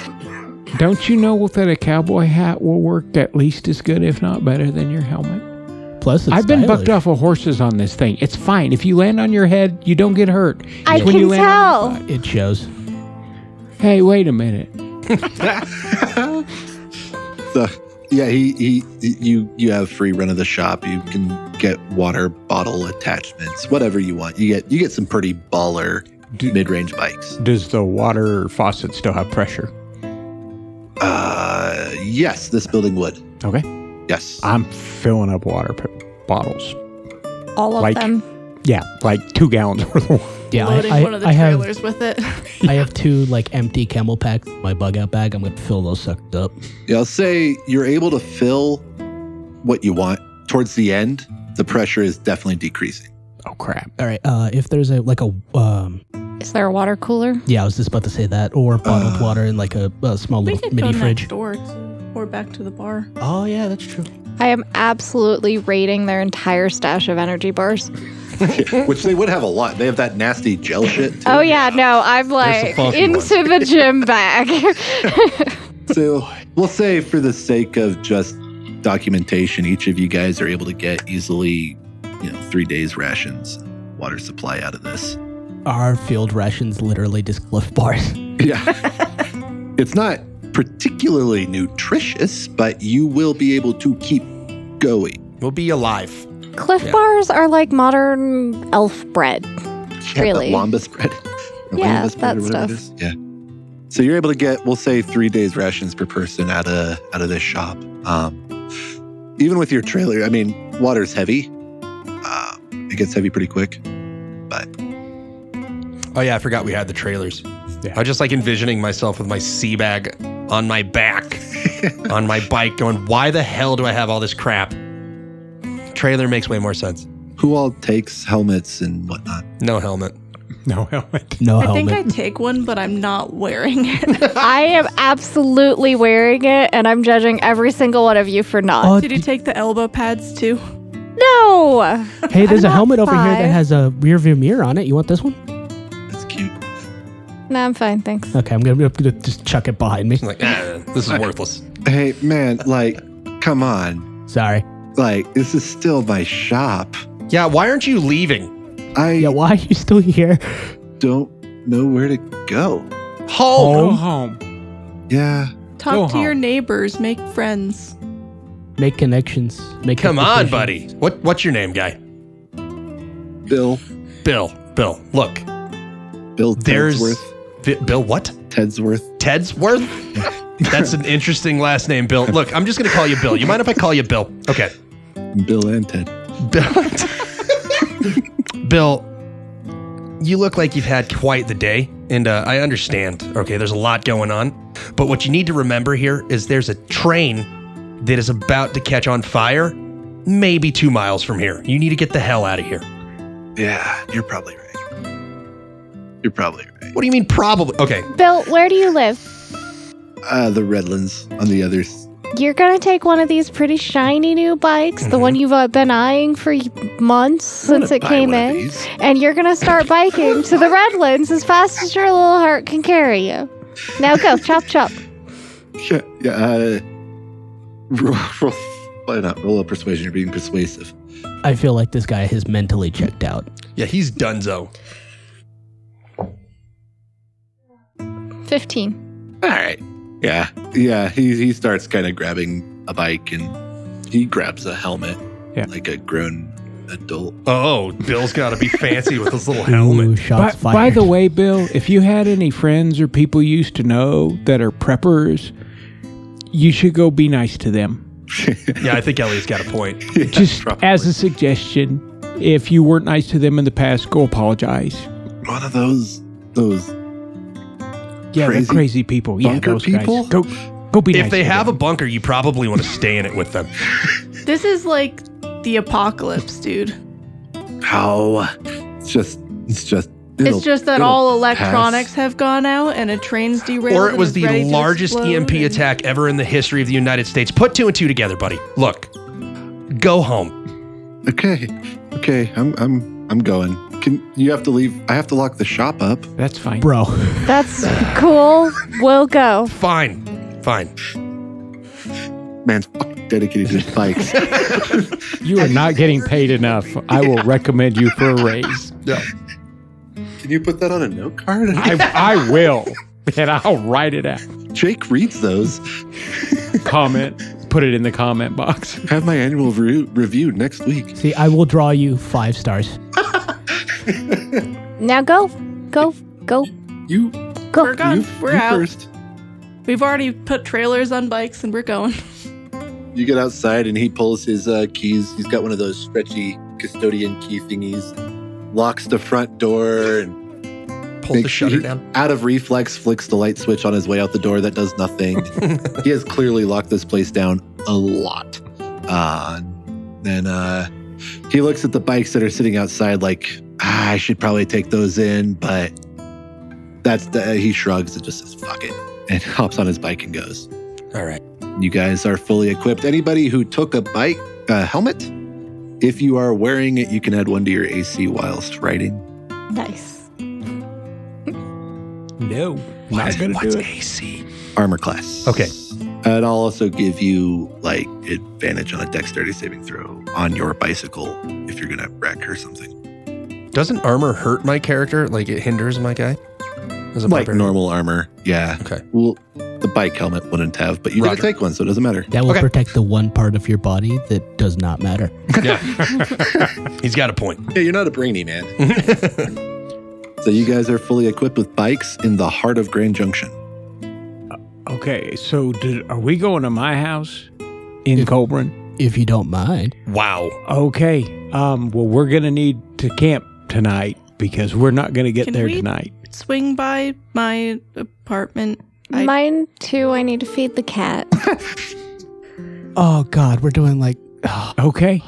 Speaker 4: Don't you know that a cowboy hat will work at least as good, if not better, than your helmet?
Speaker 6: Plus, it's
Speaker 4: I've been
Speaker 6: stylish.
Speaker 4: bucked off of horses on this thing. It's fine. If you land on your head, you don't get hurt.
Speaker 3: I
Speaker 4: It's when
Speaker 3: can
Speaker 4: you land on
Speaker 3: tell.
Speaker 4: the
Speaker 6: It shows.
Speaker 4: side. Hey, wait a minute.
Speaker 2: the yeah he, he you you have free run of the shop you can get water bottle attachments whatever you want you get you get some pretty baller
Speaker 4: Do-
Speaker 2: mid-range bikes
Speaker 4: Does the water faucet still have pressure?
Speaker 2: uh yes this building would
Speaker 4: Okay.
Speaker 2: yes
Speaker 4: I'm filling up water p- bottles.
Speaker 3: All of
Speaker 4: Like-
Speaker 3: them.
Speaker 4: Yeah, like two gallons worth of water.
Speaker 6: Yeah, I,
Speaker 7: loading
Speaker 6: I-
Speaker 7: one of the
Speaker 6: I have
Speaker 7: trailers with it.
Speaker 6: I have two like empty camel packs. in My bug out bag. I'm gonna fill those suckers up.
Speaker 2: yeah, i'll say you're able to fill what you want towards the end the pressure is definitely decreasing
Speaker 4: Oh, crap.
Speaker 6: All right. Uh, if there's a like a um,
Speaker 3: Is there a water cooler?
Speaker 6: yeah, I was just about to say that, or bottled
Speaker 2: Uh,
Speaker 6: water in like a, a small
Speaker 7: we
Speaker 6: little
Speaker 7: could go
Speaker 6: mini fridge.
Speaker 7: next door too, or back to the bar.
Speaker 6: Oh yeah, that's true.
Speaker 3: I am absolutely raiding their entire stash of energy bars.
Speaker 2: which they would have a lot they have that nasty gel shit too.
Speaker 3: Oh yeah, no, I'm like
Speaker 5: funky ones.
Speaker 3: into the gym bag.
Speaker 2: So we'll say, for the sake of just documentation, each of you guys are able to get easily, you know, three days rations, water supply out of this.
Speaker 6: Our field rations literally just cliff bars.
Speaker 2: Yeah, it's not particularly nutritious, but you will be able to keep going.
Speaker 5: We'll be alive.
Speaker 3: Cliff bars are like modern elf bread.
Speaker 2: Yeah,
Speaker 3: Really?
Speaker 2: the Wambus bread. Or
Speaker 3: Yeah,
Speaker 2: Wambus bread or
Speaker 3: that
Speaker 2: whatever it is. Yeah. So you're able to get, we'll say, three days rations per person out of out of this shop. Um, even with your trailer, I mean, water's heavy. Uh, it gets heavy pretty quick.
Speaker 5: Oh yeah, I forgot we had the trailers.
Speaker 4: Yeah.
Speaker 5: I was just like envisioning myself with my sea bag on my back, on my bike, going, "Why the hell do I have all this crap?" Trailer makes way more sense.
Speaker 2: Who all takes helmets and whatnot?
Speaker 5: No helmet.
Speaker 4: No helmet.
Speaker 6: No
Speaker 7: I
Speaker 6: helmet.
Speaker 7: think I take one, but I'm not wearing it.
Speaker 3: I am absolutely wearing it, and I'm judging every single one of you for not.
Speaker 6: oh,
Speaker 7: Did you take the elbow pads too?
Speaker 3: No,
Speaker 6: hey, there's
Speaker 3: I'm
Speaker 6: a
Speaker 3: not
Speaker 6: helmet over here
Speaker 3: five.
Speaker 6: that has a rear view mirror on it. You want this one?
Speaker 2: That's cute.
Speaker 3: no, I'm fine, thanks.
Speaker 6: Okay, I'm gonna, I'm gonna just chuck it behind me.
Speaker 5: I'm like, ah, this is worthless.
Speaker 2: Hey, man, like, come on.
Speaker 6: Sorry.
Speaker 2: Like, this is still my shop.
Speaker 5: Yeah, why aren't you leaving?
Speaker 2: I
Speaker 6: Yeah, why are you still here?
Speaker 2: don't know where to go.
Speaker 5: Home.
Speaker 4: Oh. Go home.
Speaker 2: Yeah.
Speaker 7: Talk
Speaker 4: Go
Speaker 7: to your
Speaker 4: home.
Speaker 7: neighbors, make friends.
Speaker 6: Make connections. Make
Speaker 5: Come on,
Speaker 6: connections.
Speaker 5: buddy. What What's your name, guy?
Speaker 2: Bill.
Speaker 5: Bill. Bill. Look.
Speaker 2: Bill
Speaker 5: There's-
Speaker 2: Tedsworth.
Speaker 5: Vi- Bill. What?
Speaker 2: Tedsworth.
Speaker 5: Tedsworth. That's an interesting last name, Bill. Look, I'm just gonna call you Bill. You mind if I call you Bill? Okay.
Speaker 2: Bill and Ted.
Speaker 5: Bill, Bill, you look like you've had quite the day, and uh, I understand. Okay, there's a lot going on, but what you need to remember here is there's a train that is about to catch on fire, maybe two miles from here. You need to get the hell out of here.
Speaker 2: Yeah, you're probably right. You're probably right.
Speaker 5: What do you mean, probably? Okay.
Speaker 3: Bill, where do you live?
Speaker 2: Uh, the Redlands on the other. s-
Speaker 3: You're gonna take one of these pretty shiny new bikes, the one you've uh, been eyeing for y- months
Speaker 2: Mm-hmm. I'm
Speaker 3: since
Speaker 2: gonna
Speaker 3: it
Speaker 2: buy
Speaker 3: came
Speaker 2: one of
Speaker 3: in,
Speaker 2: these.
Speaker 3: and you're gonna start biking to the Redlands as fast as your little heart can carry you. Now go, chop chop.
Speaker 2: Sure. Yeah. Uh, roll, roll, why not? Roll a persuasion. You're being persuasive.
Speaker 6: I feel like this guy has mentally checked out.
Speaker 5: Yeah, he's Dunzo.
Speaker 3: 15.
Speaker 2: All right. Yeah. Yeah. He he starts kind of grabbing a bike and he grabs a helmet.
Speaker 4: Yeah.
Speaker 2: Like a grown adult.
Speaker 5: Oh, Bill's got to be fancy with his little
Speaker 6: Ooh,
Speaker 5: helmet.
Speaker 4: By,
Speaker 6: shots fired.
Speaker 4: by the way, Bill, if you had any friends or people you used to know that are preppers, you should go be nice to them.
Speaker 5: Yeah, I think Ellie's got a point.
Speaker 4: Just
Speaker 2: probably.
Speaker 4: as a suggestion, if you weren't nice to them in the past, go apologize.
Speaker 2: One of those those
Speaker 4: Yeah, they're
Speaker 2: Crazy
Speaker 4: crazy people. Yeah,
Speaker 2: bunker
Speaker 4: those guys.
Speaker 2: people?
Speaker 4: Go, go be nice.
Speaker 5: If they
Speaker 4: to
Speaker 5: have a
Speaker 4: them.
Speaker 5: bunker, you probably want to stay in it with them.
Speaker 7: This is like the apocalypse, dude.
Speaker 2: How? It's just. It's just. it'll-
Speaker 7: it's just that
Speaker 2: it'll
Speaker 7: all
Speaker 2: pass.
Speaker 7: electronics have gone out and a train's derailed.
Speaker 5: Or it
Speaker 7: and
Speaker 5: was
Speaker 7: is
Speaker 5: the
Speaker 7: ready to
Speaker 5: largest
Speaker 7: explode
Speaker 5: EMP
Speaker 7: and-
Speaker 5: attack ever in the history of the United States. Put two and two together, buddy. Look, go home.
Speaker 2: Okay. Okay. I'm. I'm. I'm going. Can you have to leave? I have to lock the shop up.
Speaker 4: That's fine.
Speaker 6: bro,
Speaker 3: That's cool. We'll go.
Speaker 5: Fine. Fine.
Speaker 2: Man's fucking dedicated to his bikes.
Speaker 4: You are not getting paid enough. I will recommend you for a raise.
Speaker 2: Can you put that on a note card?
Speaker 4: I, I will. And I'll write it out.
Speaker 2: Jake reads those.
Speaker 4: Comment. Put it in the comment box.
Speaker 2: Have my annual re- review next week.
Speaker 6: see, I will draw you five stars.
Speaker 3: Now go. Go. Go.
Speaker 2: You.
Speaker 7: We're
Speaker 3: Go.
Speaker 7: gone.
Speaker 2: you,
Speaker 7: we're
Speaker 2: you
Speaker 7: out.
Speaker 2: first.
Speaker 7: We've already put trailers on bikes and we're going.
Speaker 2: You get outside and he pulls his uh, keys. He's got one of those stretchy custodian key thingies. Locks the front door and
Speaker 5: Pull the
Speaker 2: Make sure
Speaker 5: shutter
Speaker 2: you-
Speaker 5: down.
Speaker 2: out of reflex flicks the light switch on his way out the door that does nothing. he has clearly locked this place down a lot. Uh, and uh, he looks at the bikes that are sitting outside like, ah, I should probably take those in, but that's the, he shrugs and just says, fuck it, and hops on his bike and goes.
Speaker 5: All right.
Speaker 2: You guys are fully equipped. Anybody who took a bike a helmet, if you are wearing it, you can add one to your AC whilst riding.
Speaker 3: Nice.
Speaker 4: No.
Speaker 5: What's,
Speaker 4: Not going to
Speaker 5: what's
Speaker 4: do it.
Speaker 5: AC?
Speaker 2: Armor class.
Speaker 5: Okay.
Speaker 2: And I'll also give you like advantage on a dexterity saving throw on your bicycle if you're gonna wreck or something.
Speaker 5: Doesn't armor hurt my character? Like it hinders my guy? As a
Speaker 2: Like
Speaker 5: barbarian?
Speaker 2: normal armor. Yeah.
Speaker 5: Okay.
Speaker 2: Well, the bike helmet wouldn't have, but you
Speaker 5: Roger.
Speaker 2: didn't take one, so it doesn't matter.
Speaker 6: That will
Speaker 5: Okay.
Speaker 6: protect the one part of your body that does not matter.
Speaker 5: He's got a point.
Speaker 2: Yeah, you're not a brainy man. So you guys are fully equipped with bikes in the heart of Grand Junction.
Speaker 4: Okay, so did, are we going to my house in
Speaker 6: If-
Speaker 4: Colburn?
Speaker 6: If you don't mind,
Speaker 5: wow.
Speaker 4: Okay. Um. Well, we're going to need to camp tonight because we're not going to get
Speaker 7: Can
Speaker 4: there
Speaker 7: we-
Speaker 4: tonight.
Speaker 7: Swing by my apartment. I-
Speaker 3: Mine too. I need to feed the cat.
Speaker 6: oh god, we're doing like oh,
Speaker 4: Okay.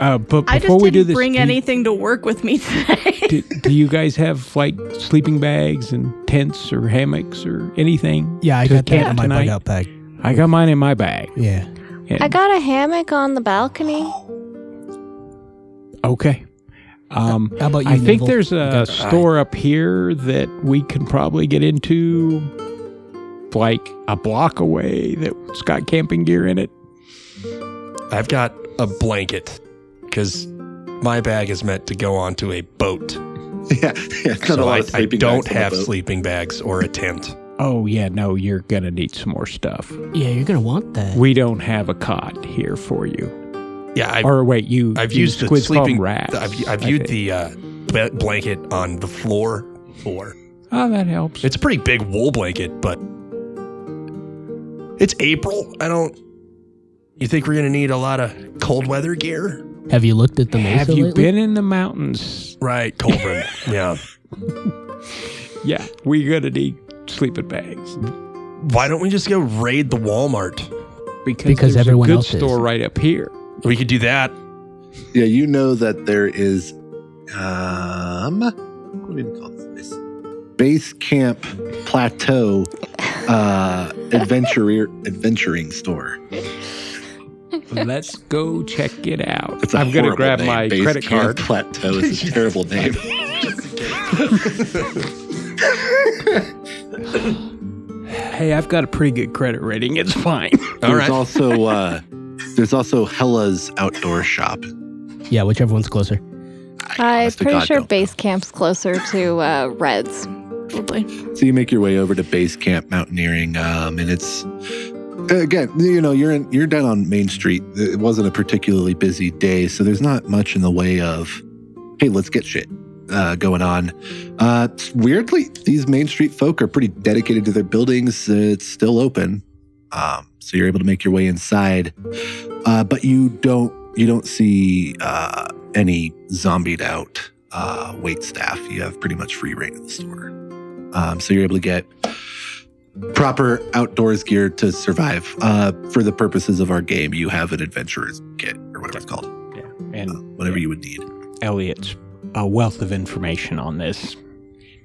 Speaker 4: Uh, but before
Speaker 7: I just
Speaker 4: we do
Speaker 7: didn't
Speaker 4: this,
Speaker 7: bring
Speaker 4: do,
Speaker 7: anything to work with me today.
Speaker 4: Do, do you guys have like sleeping bags and tents or hammocks or anything?
Speaker 6: yeah, I
Speaker 4: to
Speaker 6: got that
Speaker 4: camp
Speaker 6: in my
Speaker 4: tonight?
Speaker 6: bug out bag.
Speaker 4: I got mine in my bag.
Speaker 6: Yeah,
Speaker 4: And-
Speaker 3: I got a hammock on the balcony.
Speaker 4: okay. Um,
Speaker 6: how about you?
Speaker 4: I think
Speaker 6: Neville?
Speaker 4: there's a
Speaker 5: got-
Speaker 4: store up here that we can probably get into, like a block away that's got camping gear in it.
Speaker 5: I've got a blanket because my bag is meant to go onto a boat.
Speaker 2: Yeah, yeah it's not a
Speaker 5: so
Speaker 2: lot
Speaker 5: I,
Speaker 2: of
Speaker 5: I
Speaker 2: sleeping
Speaker 5: don't
Speaker 2: bags on the
Speaker 5: have
Speaker 2: boat.
Speaker 5: sleeping bags or a tent.
Speaker 4: Oh yeah, no, you're gonna need some more stuff.
Speaker 6: yeah, you're gonna want that.
Speaker 4: We don't have a cot here for you.
Speaker 5: Yeah, I've,
Speaker 4: or wait, you.
Speaker 5: I've
Speaker 4: you
Speaker 5: used the
Speaker 4: squid's called
Speaker 5: sleeping.
Speaker 4: rats.
Speaker 5: I've, I've
Speaker 4: I
Speaker 5: used
Speaker 4: think.
Speaker 5: the uh, ba- blanket on the floor. Floor.
Speaker 4: Oh, that helps.
Speaker 5: It's a pretty big wool blanket, but it's April. I don't. You think we're gonna need a lot of cold weather gear?
Speaker 6: Have you looked at the mesa
Speaker 4: Have you
Speaker 6: lately?
Speaker 4: been in the mountains?
Speaker 5: Right, Colburn. yeah.
Speaker 4: Yeah, we gotta need sleeping bags
Speaker 5: Why don't we just go raid the Walmart?
Speaker 4: because
Speaker 6: Because
Speaker 4: there's
Speaker 6: everyone
Speaker 4: a good
Speaker 6: else is.
Speaker 4: store right up here.
Speaker 5: We could do that.
Speaker 2: Yeah, you know that there is um what do you call this place? Base camp plateau uh adventurer adventuring store.
Speaker 4: Let's go check it out.
Speaker 2: It's a
Speaker 4: I'm gonna
Speaker 2: horrible
Speaker 4: grab
Speaker 2: name.
Speaker 4: my
Speaker 2: Base
Speaker 4: credit
Speaker 2: Camp
Speaker 4: card.
Speaker 2: Plateau is a terrible name.
Speaker 4: Hey, I've got a pretty good credit rating. It's fine.
Speaker 5: All
Speaker 2: there's
Speaker 5: right.
Speaker 2: also uh there's also Hella's outdoor shop.
Speaker 6: Yeah, whichever one's closer.
Speaker 3: I'm
Speaker 2: honest to
Speaker 3: pretty
Speaker 2: God
Speaker 3: sure
Speaker 2: don't know.
Speaker 3: base camp's closer to uh, Red's.
Speaker 7: Probably.
Speaker 2: So you make your way over to base camp mountaineering, um, and it's again, you know, you're in, you're down on Main Street. It wasn't a particularly busy day, so there's not much in the way of, hey, let's get shit uh, going on. Uh, weirdly, these Main Street folk are pretty dedicated to their buildings. It's still open, um, so you're able to make your way inside, uh, but you don't you don't see uh, any zombied out uh, wait staff. You have pretty much free reign in the store. Um, so you're able to get proper outdoors gear to survive. Uh, for the purposes of our game, you have an adventurer's kit or whatever it's called,
Speaker 4: Yeah,
Speaker 2: uh,
Speaker 4: and
Speaker 2: whatever you would need.
Speaker 4: Elliot's a wealth of information on this.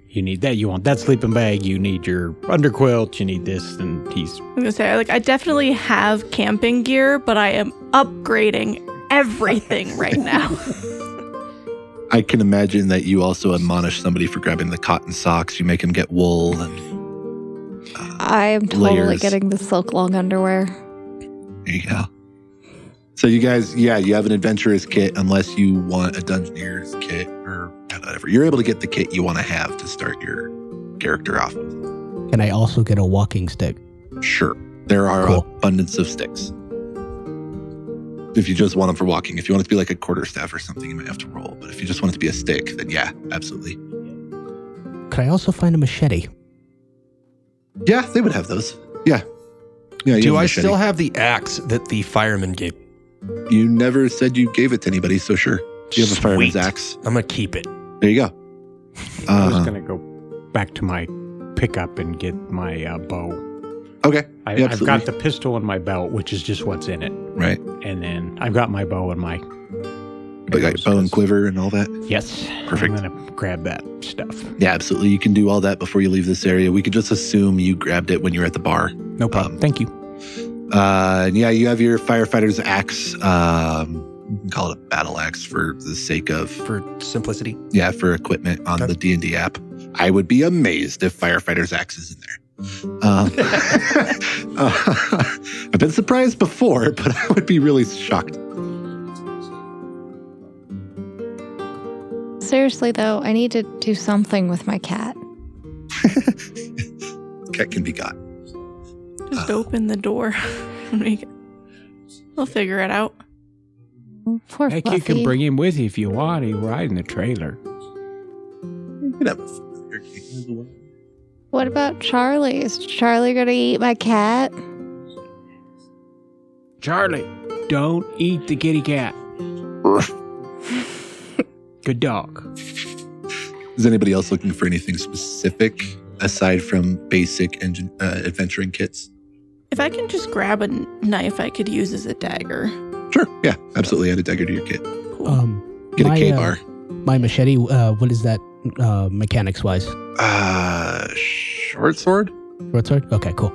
Speaker 4: You need that. You want that sleeping bag. You need your underquilt. You need this, and he's
Speaker 7: I'm gonna say like I definitely have camping gear, but I am upgrading everything right now.
Speaker 2: I can imagine that you also admonish somebody for grabbing the cotton socks. You make them get wool, and
Speaker 3: I am totally
Speaker 2: Layers.
Speaker 3: getting the silk long underwear.
Speaker 2: there you go. So you guys, yeah, you have an adventurer's kit unless you want a dungeoneer's kit or whatever. You're able to get the kit you want to have to start your character off.
Speaker 6: Can I also get a walking stick?
Speaker 2: Sure. There are
Speaker 6: Cool.
Speaker 2: abundance of sticks. If you just want them for walking, if you want it to be like a quarter staff or something, you might have to roll. But if you just want it to be a stick, then yeah, absolutely.
Speaker 6: Could I also find a machete?
Speaker 2: Yeah, they would have those. Yeah. Yeah. you
Speaker 5: Do
Speaker 2: have a
Speaker 5: I
Speaker 2: machete.
Speaker 5: still have the axe that the fireman gave?
Speaker 2: You never said you gave it to anybody, so sure. You have a fireman's
Speaker 5: Sweet.
Speaker 2: axe.
Speaker 5: I'm gonna keep it.
Speaker 2: There you go.
Speaker 4: I was
Speaker 2: Uh,
Speaker 4: gonna go back to my pickup and get my uh, bow.
Speaker 2: okay.
Speaker 4: I,
Speaker 2: Yeah,
Speaker 4: I've got the pistol in my belt, which is just what's in it,
Speaker 2: Right.
Speaker 4: and then I've got my bow in my.
Speaker 2: But like bow and quiver and all that.
Speaker 4: Yes,
Speaker 2: Perfect.
Speaker 4: I'm gonna grab that stuff.
Speaker 2: Yeah, absolutely. You can do all that before you leave this area. We could just assume you grabbed it when you were at the bar.
Speaker 4: No problem.
Speaker 2: Um,
Speaker 4: Thank you.
Speaker 2: Uh, and yeah, you have your firefighter's axe. Um, you can call it a battle axe for the sake of
Speaker 5: for simplicity.
Speaker 2: yeah for equipment on
Speaker 5: Okay.
Speaker 2: the D and D app. I would be amazed if firefighter's axe is in there. Um, uh, I've been surprised before, but I would be really shocked.
Speaker 3: Seriously though, I need to do something with my cat.
Speaker 2: Cat can be got.
Speaker 7: Just open the door. We can- we'll figure it out.
Speaker 3: Poor
Speaker 4: Heck,
Speaker 3: Fluffy.
Speaker 4: you can bring him with you if you want. He ride in the trailer.
Speaker 2: You can have a familiar.
Speaker 3: What about Charlie? Is Charlie gonna eat my cat?
Speaker 4: Charlie, don't eat the kitty cat. Good dog.
Speaker 2: Is anybody else looking for anything specific aside from basic engine, uh, adventuring kits?
Speaker 7: If I can just grab a kn- knife, I could use as a dagger.
Speaker 2: Sure. Yeah, absolutely. Add a dagger to your kit.
Speaker 7: Cool.
Speaker 6: Um,
Speaker 2: Get
Speaker 6: My,
Speaker 2: a K
Speaker 6: uh,
Speaker 2: bar.
Speaker 6: my machete. Uh, what is that? Uh, mechanics wise,
Speaker 2: Uh, short sword.
Speaker 6: short sword. Okay, cool.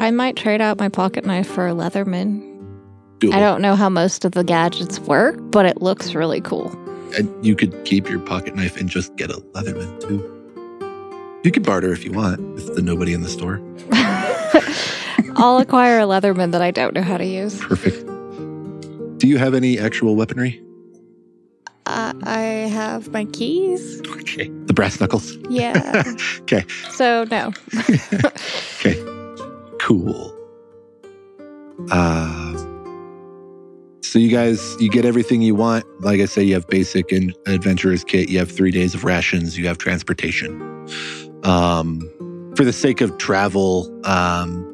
Speaker 3: I might trade out my pocket knife for a Leatherman.
Speaker 2: Doable.
Speaker 3: I don't know how most of the gadgets work, but it looks really cool.
Speaker 2: And Uh, you could keep your pocket knife and just get a Leatherman too. You could barter if you want with the nobody in the store.
Speaker 3: I'll acquire a Leatherman that I don't know how to use.
Speaker 2: Perfect. Do you have any actual weaponry?
Speaker 3: Uh, I have my keys.
Speaker 2: Okay. The brass knuckles.
Speaker 3: Yeah.
Speaker 2: 'Kay.
Speaker 3: So no.
Speaker 2: Cool. Uh, so you guys, you get everything you want. Like I say, you have basic and adventurer's kit. You have three days of rations. You have transportation. Um, for the sake of travel, um,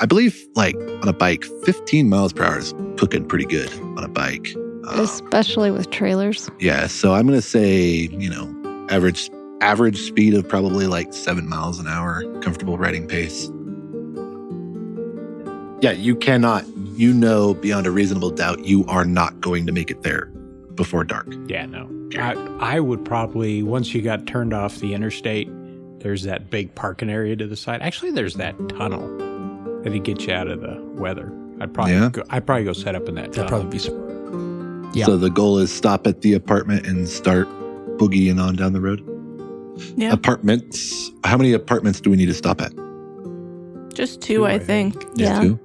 Speaker 2: I believe like on a bike, 15 miles per hour is cooking pretty good on a bike. Um,
Speaker 3: Especially with trailers.
Speaker 2: yeah, so I'm gonna say you know average average speed of probably like seven miles an hour, comfortable riding pace. yeah, you cannot. You know beyond a reasonable doubt you are not going to make it there before dark.
Speaker 4: Yeah, no. I, I would probably, once you got turned off the interstate, there's that big parking area to the side. Actually, there's that tunnel that'd get you out of the weather. I'd probably,
Speaker 2: Yeah.
Speaker 4: go, I'd probably go set up in that tunnel.
Speaker 5: That'd probably be smart.
Speaker 6: Yeah.
Speaker 2: So the goal is stop at the apartment and start boogieing on down the road.
Speaker 7: Yeah.
Speaker 2: Apartments. How many apartments do we need to stop at?
Speaker 7: Just two,
Speaker 4: Two, I
Speaker 7: I think.
Speaker 3: Yeah.
Speaker 2: Two?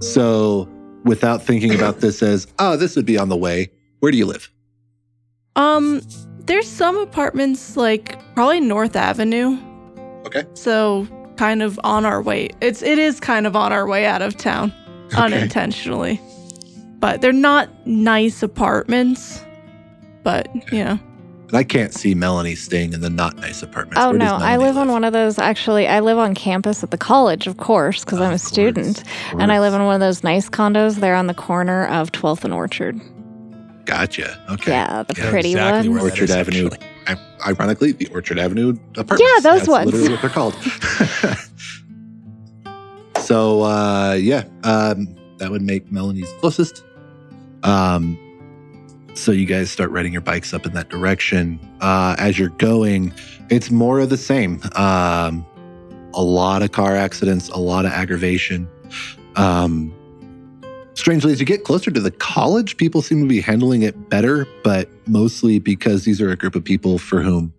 Speaker 2: So without thinking about this as, oh, this would be on the way. Where do you live?
Speaker 7: Um, there's some apartments like probably North Avenue.
Speaker 2: Okay.
Speaker 7: So kind of on our way. It's it is kind of on our way out of town
Speaker 2: Okay.
Speaker 7: unintentionally, but they're not nice apartments. But you know,
Speaker 2: And I can't see Melanie staying in the not nice apartments.
Speaker 3: Oh
Speaker 2: Where does
Speaker 3: no, I
Speaker 2: Melanie
Speaker 3: live on one of those. Actually, I live on campus at the college, of course, because I'm a
Speaker 2: Of course,
Speaker 3: student,
Speaker 2: of
Speaker 3: and I live
Speaker 2: course.
Speaker 3: in one of those nice condos. They're on the corner of 12th and Orchard.
Speaker 2: Gotcha. Okay.
Speaker 3: Yeah, the
Speaker 5: I know
Speaker 3: pretty
Speaker 5: exactly where
Speaker 3: ones.
Speaker 5: that
Speaker 2: Orchard
Speaker 5: is,
Speaker 2: Avenue.
Speaker 5: actually.
Speaker 2: I, ironically, the Orchard Avenue apartments.
Speaker 3: Yeah, those
Speaker 2: That's
Speaker 3: ones.
Speaker 2: Literally what they're called. so uh, yeah, um, that would make Melanie's closest. Um, so you guys start riding your bikes up in that direction. Uh, as you're going, it's more of the same. Um, a lot of car accidents, a lot of aggravation. Um, strangely, as you get closer to the college, people seem to be handling it better, but mostly because these are a group of people for whom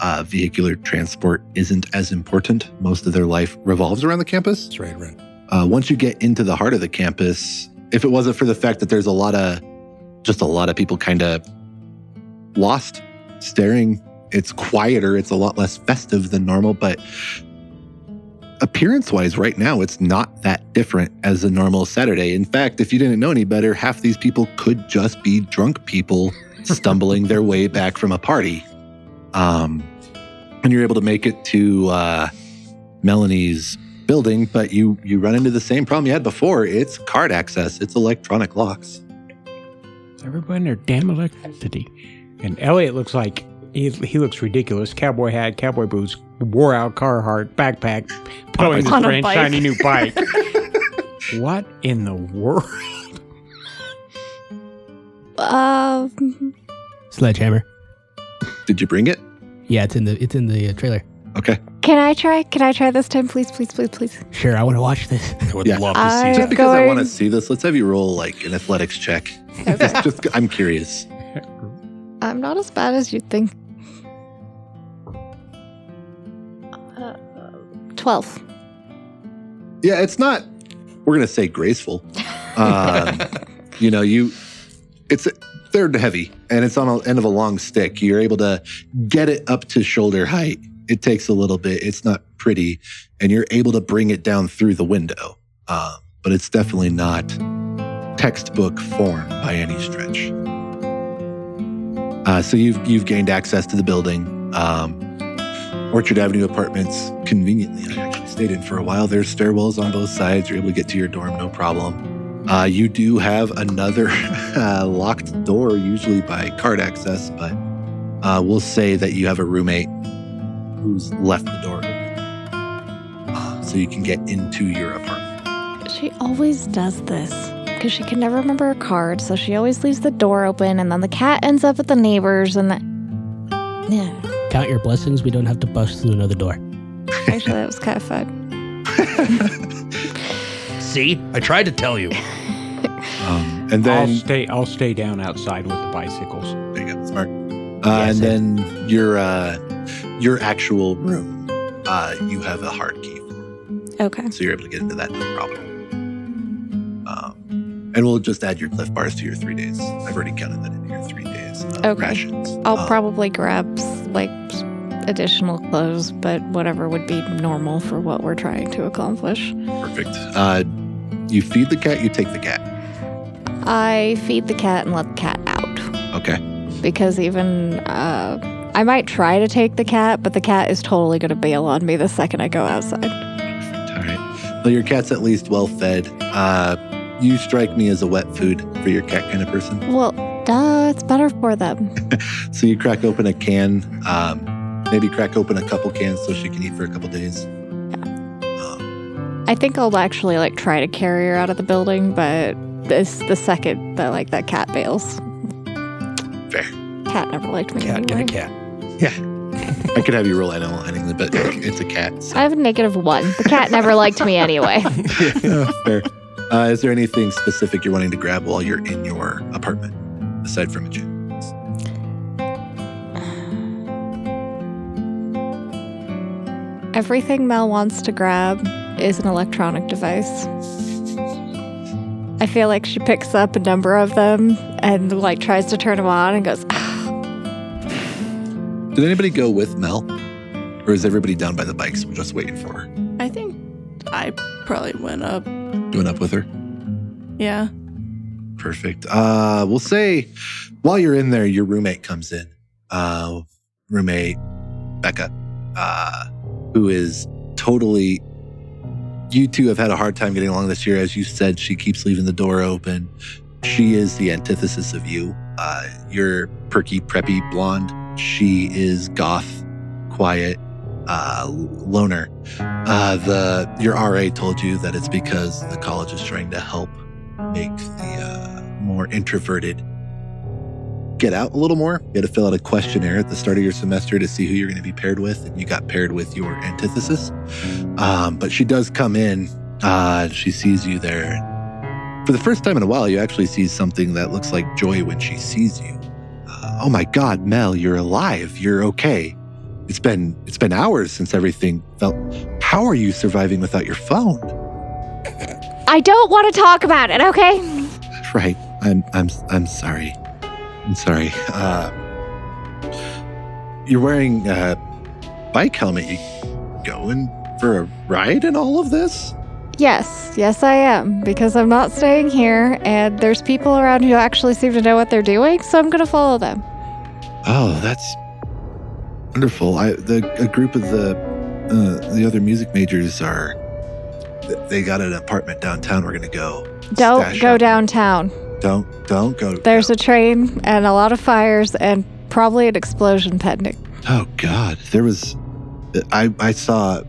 Speaker 2: uh, vehicular transport isn't as important. Most of their life revolves around the campus.
Speaker 5: That's right, right.
Speaker 2: Uh, once you get into the heart of the campus, if it wasn't for the fact that there's a lot of just a lot of people kind of lost staring, it's quieter, it's a lot less festive than normal, but appearance wise, right now, it's not that different as a normal Saturday. In fact, if you didn't know any better, half these people could just be drunk people stumbling their way back from a party. Um, and you're able to make it to uh, Melanie's building, but you you run into the same problem you had before. It's card access. It's electronic locks.
Speaker 4: Everybody in their damn electricity. And Elliot looks like he, he looks ridiculous. Cowboy hat, cowboy boots, wore out Carhartt backpack, pulling his
Speaker 7: On a
Speaker 4: brand
Speaker 7: bike.
Speaker 4: shiny new bike. what in the world?
Speaker 3: Um,
Speaker 6: Sledgehammer.
Speaker 2: Did you bring it?
Speaker 6: Yeah, it's in the it's in the uh, trailer.
Speaker 2: Okay.
Speaker 3: can I try? Can I try this time, please, please, please, please?
Speaker 6: Sure, I want to watch this.
Speaker 5: I would
Speaker 2: Yeah.
Speaker 5: love to
Speaker 3: I-
Speaker 5: see
Speaker 2: Just
Speaker 5: that.
Speaker 2: because I
Speaker 3: going-
Speaker 2: want to see this, let's have you roll like an athletics check.
Speaker 3: Okay.
Speaker 2: Just I'm curious.
Speaker 3: I'm not as bad as you'd think. Uh, Twelve.
Speaker 2: Yeah, it's not. We're gonna say graceful. Um, you know, you. It's they're heavy, and it's on the end of a long stick. You're able to get it up to shoulder height. It takes a little bit. It's not pretty, and you're able to bring it down through the window. Um, but it's definitely not textbook form by any stretch. Uh, so you've you've gained access to the building. Um, Orchard Avenue apartments, conveniently, I actually stayed in for a while. There's stairwells on both sides. You're able to get to your dorm, no problem. Uh, you do have another uh, locked door, usually by card access, but uh, we'll say that you have a roommate who's left the door uh, so you can get into your apartment.
Speaker 3: She always does this because she can never remember her card, so she always leaves the door open, and then the cat ends up at the neighbors, and that. Yeah,
Speaker 6: Count your blessings. We don't have to bust through another door.
Speaker 3: actually, that was kind of fun.
Speaker 5: See, I tried to tell you.
Speaker 2: Um, and
Speaker 4: I'll
Speaker 2: then
Speaker 4: stay. I'll stay down outside with the bicycles.
Speaker 2: There you go. Smart. Uh,
Speaker 6: Yeah,
Speaker 2: and
Speaker 6: so-
Speaker 2: then your uh, your actual room, uh, you have a hard key,
Speaker 3: Okay.
Speaker 2: so you're able to get into that no problem. Um, and we'll just add your cliff bars to your three days. I've already counted that into your three days. Uh,
Speaker 3: Okay.
Speaker 2: Rations.
Speaker 3: I'll
Speaker 5: Uh,
Speaker 2: Um,
Speaker 3: probably grab like additional clothes, but whatever would be normal for what we're trying to accomplish.
Speaker 2: perfect. Uh, you feed the cat. You take the cat.
Speaker 3: I feed the cat and let the cat out.
Speaker 2: Okay.
Speaker 3: because even uh, I might try to take the cat, but the cat is totally going to bail on me the second I go outside.
Speaker 2: All right. Well, your cat's at least well fed. Uh, you strike me as a wet food for your cat kind of person.
Speaker 3: Well, duh, it's better for them.
Speaker 2: So you crack open a can, um, maybe crack open a couple cans so she can eat for a couple days. Um,
Speaker 3: I think I'll actually like try to carry her out of the building, but this the second that like that cat bails.
Speaker 2: Fair.
Speaker 3: Cat never liked me.
Speaker 5: Cat, get a
Speaker 3: anyway.
Speaker 5: cat.
Speaker 2: I could have you roll animal handling, but it's a cat. So.
Speaker 3: I have a negative one. The cat never liked me anyway.
Speaker 2: Yeah, fair. Uh, is there anything specific you're wanting to grab while you're in your apartment, aside from a gym?
Speaker 3: Everything Mel wants to grab is an electronic device. I feel like she picks up a number of them and like tries to turn them on and goes, "Ah."
Speaker 2: Did anybody go with Mel, or is everybody down by the bikes? We're just waiting for her.
Speaker 7: I think I probably went up.
Speaker 2: Going up with her.
Speaker 7: Yeah.
Speaker 2: Perfect. Uh, we'll say while you're in there, your roommate comes in. Uh, roommate Becca, uh, who is totally. You two have had a hard time getting along this year. As you said, she keeps leaving the door open. She is the antithesis of you. Uh, you're perky, preppy, blonde. She is goth, quiet, uh, loner. Uh, the your RA told you that it's because the college is trying to help make the uh, more introverted get out a little more. You had to fill out a questionnaire at the start of your semester to see who you're going to be paired with, and you got paired with your antithesis. Um, but she does come in. Uh, she sees you there. For the first time in a while, you actually see something that looks like joy when she sees you. Uh, oh my God, Mel, you're alive. You're okay. It's been it's been hours since everything felt. How are you surviving without your phone?
Speaker 3: I don't want to talk about it, okay?
Speaker 2: Right. I'm I'm I'm sorry. I'm sorry. Uh, you're wearing a bike helmet. You going for a ride in all of this?
Speaker 3: Yes, yes, I am, because I'm not staying here and there's people around who actually seem to know what they're doing, so I'm going to follow them.
Speaker 2: Oh, that's wonderful. I the a group of the uh, the other music majors are they got an apartment downtown. We're gonna go.
Speaker 3: Don't
Speaker 2: stash
Speaker 3: go
Speaker 2: up.
Speaker 3: downtown.
Speaker 2: Don't don't go.
Speaker 3: There's a train and a lot of fires and probably an explosion pending.
Speaker 2: Oh God, there was. I I saw.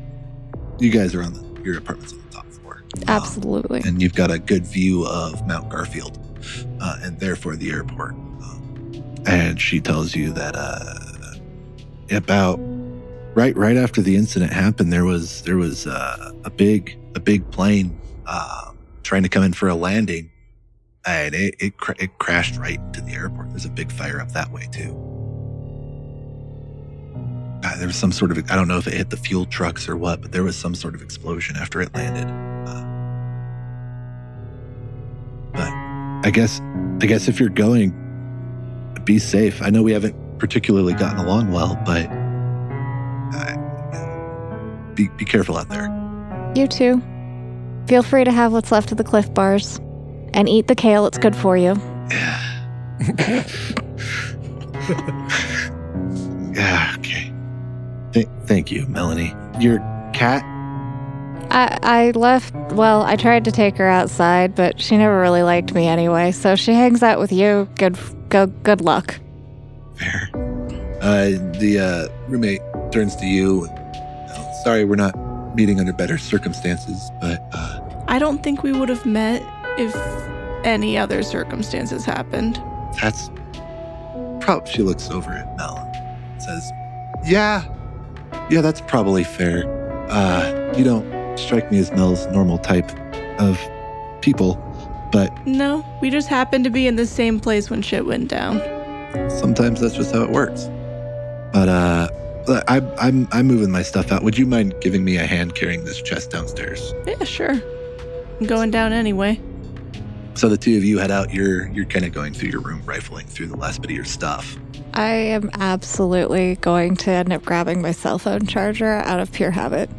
Speaker 2: You guys are on the, your apartments on the top floor. Um,
Speaker 3: Absolutely.
Speaker 2: and you've got a good view of Mount Garfield, uh, and therefore the airport. Um, and she tells you that uh, about right right after the incident happened, there was there was uh, a big a big plane uh, trying to come in for a landing, and it it, cra- it crashed right into the airport. There's a big fire up that way too. Uh, there was some sort of I don't know if it hit the fuel trucks or what, but there was some sort of explosion after it landed. I guess I guess if you're going, be safe. I know we haven't particularly gotten along well, but uh, be be careful out there.
Speaker 3: You too. Feel free to have what's left of the cliff bars and eat the kale, it's good for you.
Speaker 2: Yeah. yeah. Okay. Th- thank you, Melanie. Your cat.
Speaker 3: I, I left, well, I tried to take her outside, but she never really liked me anyway, so if she hangs out with you. Good, go, good luck.
Speaker 2: Fair. Uh, the uh, roommate turns to you. "Oh, Sorry, we're not meeting under better circumstances, but uh,
Speaker 7: I don't think we would have met if any other circumstances happened.
Speaker 2: That's prob she looks over at Mel and says, Yeah. Yeah, that's probably fair. Uh you don't strike me as Mel's normal type of people, but
Speaker 7: No, we just happened to be in the same place when shit went down.
Speaker 2: sometimes that's just how it works. But uh I, I'm I'm moving my stuff out. Would you mind giving me a hand carrying this chest downstairs?
Speaker 7: Yeah, sure. I'm going down anyway.
Speaker 2: So the two of you head out. You're you're kind of going through your room, rifling through the last bit of your stuff.
Speaker 3: I am absolutely going to end up grabbing my cell phone charger out of pure habit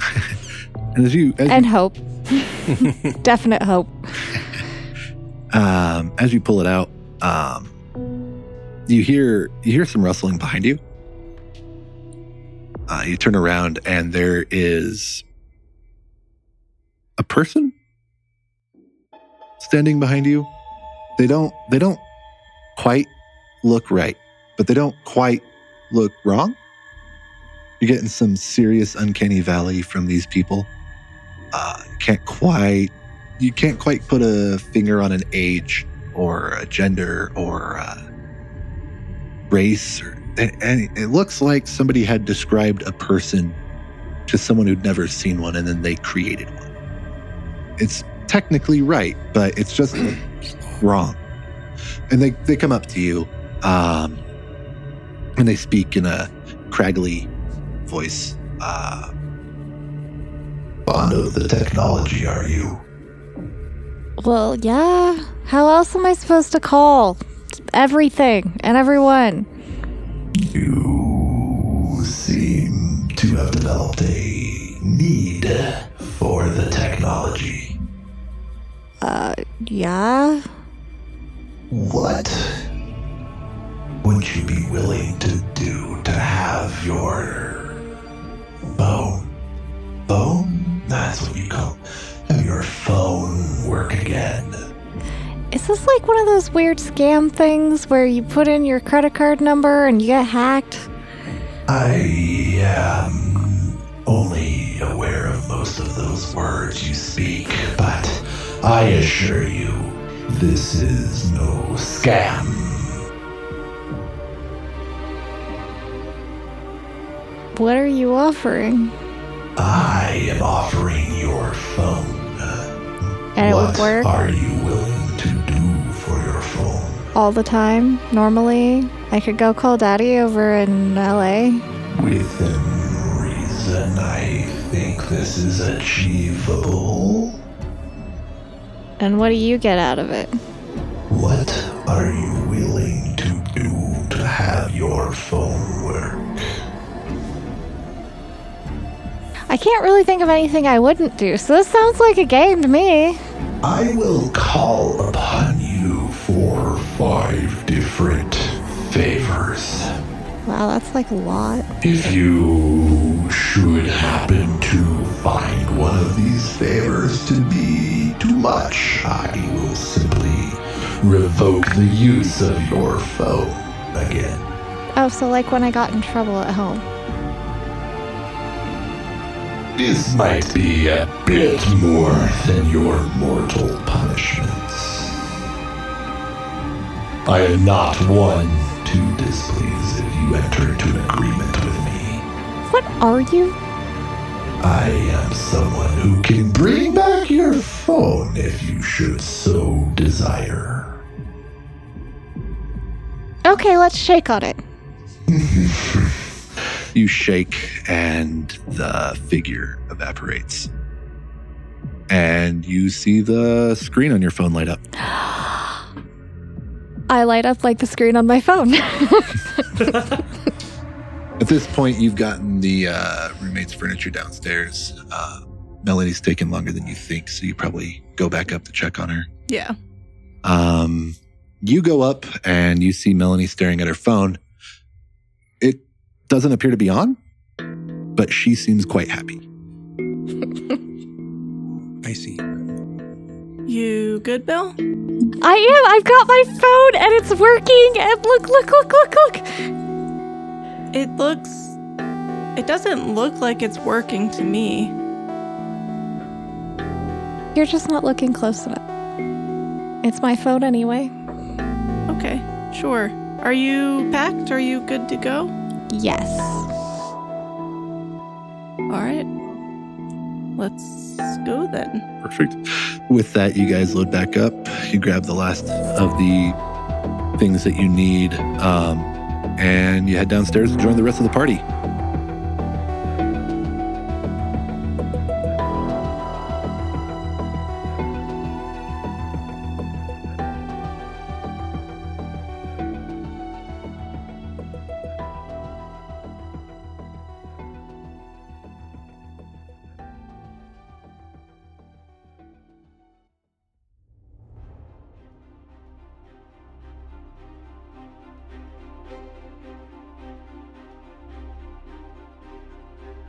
Speaker 2: And as you as you
Speaker 3: and hope. Definite hope.
Speaker 2: um, as you pull it out, um, you hear you hear some rustling behind you. Uh, you turn around and there is a person standing behind you. They don't they don't quite look right, but they don't quite look wrong. You're getting some serious uncanny valley from these people. uh, can't quite you can't quite put a finger on an age or a gender or a race or a- any. It looks like somebody had described a person to someone who'd never seen one, and then they created one. It's technically right, but it's just wrong. And they they come up to you, um, and they speak in a craggly voice. Uh,
Speaker 8: Fond of the technology, are you?
Speaker 3: Well, yeah. How else am I supposed to call? Everything and everyone.
Speaker 8: You seem to have developed a need for the technology.
Speaker 3: Yeah.
Speaker 8: What would you be willing to do to have your bone? Bone? That's what you call have your phone work again.
Speaker 3: Is this like one of those weird scam things where you put in your credit card number and you get hacked?
Speaker 8: I am only aware of most of those words you speak, but I assure you, this is no scam.
Speaker 3: What are you offering?
Speaker 8: I am offering your phone.
Speaker 3: And
Speaker 8: what
Speaker 3: it would work
Speaker 8: are you willing to do for your phone?
Speaker 3: all the time. Normally, I could go call daddy over in LA.
Speaker 8: Within reason, I think this is achievable.
Speaker 3: And what do you get out of it?
Speaker 8: What are you willing to do to have your phone work?
Speaker 3: I can't really think of anything I wouldn't do, so this sounds like a game to me.
Speaker 8: I will call upon you for five different favors.
Speaker 3: Wow, that's like a lot.
Speaker 8: If you should happen to find one of these favors to be too much, I will simply revoke the use of your phone again.
Speaker 3: Oh, so like when I got in trouble at home.
Speaker 8: This might be a bit more than your mortal punishments. I am not one to displease if you enter into an agreement with me.
Speaker 3: What are you?
Speaker 8: I am someone who can bring back your phone if you should so desire.
Speaker 3: Okay, let's shake on it.
Speaker 2: You shake, and the figure evaporates. And you see the screen on your phone light up.
Speaker 3: I light up like the screen on my phone.
Speaker 2: At this point, you've gotten the uh, roommate's furniture downstairs. Uh, Melanie's taken longer than you think, so you probably go back up to check on her.
Speaker 7: Yeah.
Speaker 2: Um, you go up, and you see Melanie staring at her phone. It doesn't appear to be on, but she seems quite happy.
Speaker 4: I see.
Speaker 7: You good, Bill?
Speaker 3: I am. I've got my phone and it's working. And look, look, look, look, look.
Speaker 7: It looks. It doesn't look like it's working to me.
Speaker 3: You're just not looking close enough. It's my phone anyway.
Speaker 7: Okay, sure. Are you packed? Are you good to go?
Speaker 3: Yes.
Speaker 7: All right. Let's go then.
Speaker 2: Perfect. With that, you guys load back up. You grab the last of the things that you need, um, and you head downstairs to join the rest of the party.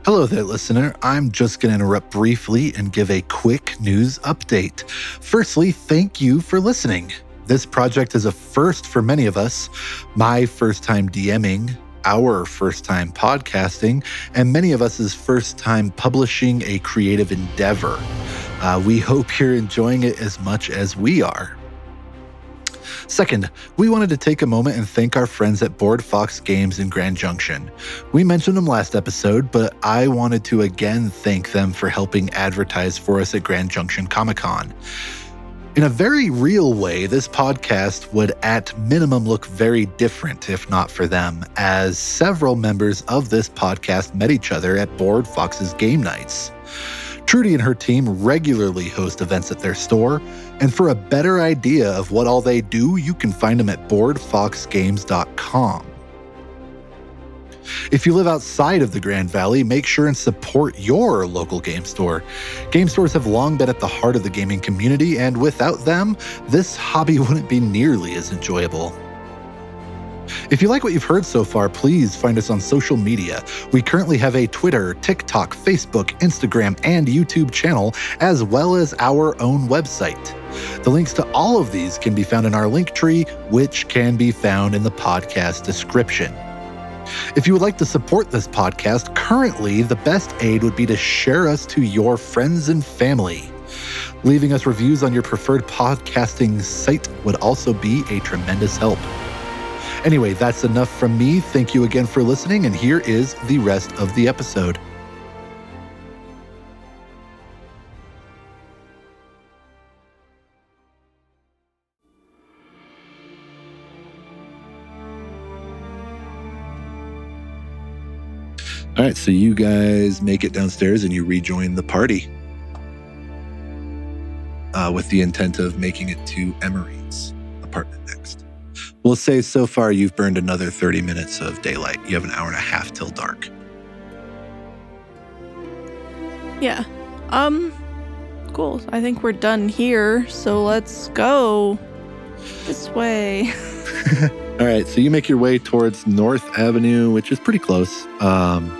Speaker 2: Hello there, listener. I'm just going to interrupt briefly and give a quick news update. Firstly, thank you for listening. This project is a first for many of us. My first time DMing, our first time podcasting and many of us's first time publishing a creative endeavor. Uh, we hope you're enjoying it as much as we are. Second, we wanted to take a moment and thank our friends at Board Fox Games in Grand Junction. We mentioned them last episode, but I wanted to again thank them for helping advertise for us at Grand Junction Comic Con. In a very real way, this podcast would at minimum look very different if not for them, as several members of this podcast met each other at Board Fox's game nights. Trudy and her team regularly host events at their store, and for a better idea of what all they do, you can find them at boardfoxgames.com. If you live outside of the Grand Valley, make sure and support your local game store. Game stores have long been at the heart of the gaming community, and without them, this hobby wouldn't be nearly as enjoyable. If you like what you've heard so far, please find us on social media. We currently have a Twitter, TikTok, Facebook, Instagram, and YouTube channel, as well as our own website. The links to all of these can be found in our link tree, which can be found in the podcast description. If you would like to support this podcast, currently the best aid would be to share us to your friends and family. Leaving us reviews on your preferred podcasting site would also be a tremendous help. Anyway, that's enough from me. Thank you again for listening, and here is the rest of the episode. All right, so you guys make it downstairs and you rejoin the party uh, with the intent of making it to Emery's apartment next. We'll say so far you've burned another 30 minutes of daylight. You have an hour and a half till dark.
Speaker 7: Yeah. Um, cool. I think we're done here, so let's go this way.
Speaker 2: All right, so you make your way towards North Avenue, which is pretty close. Um,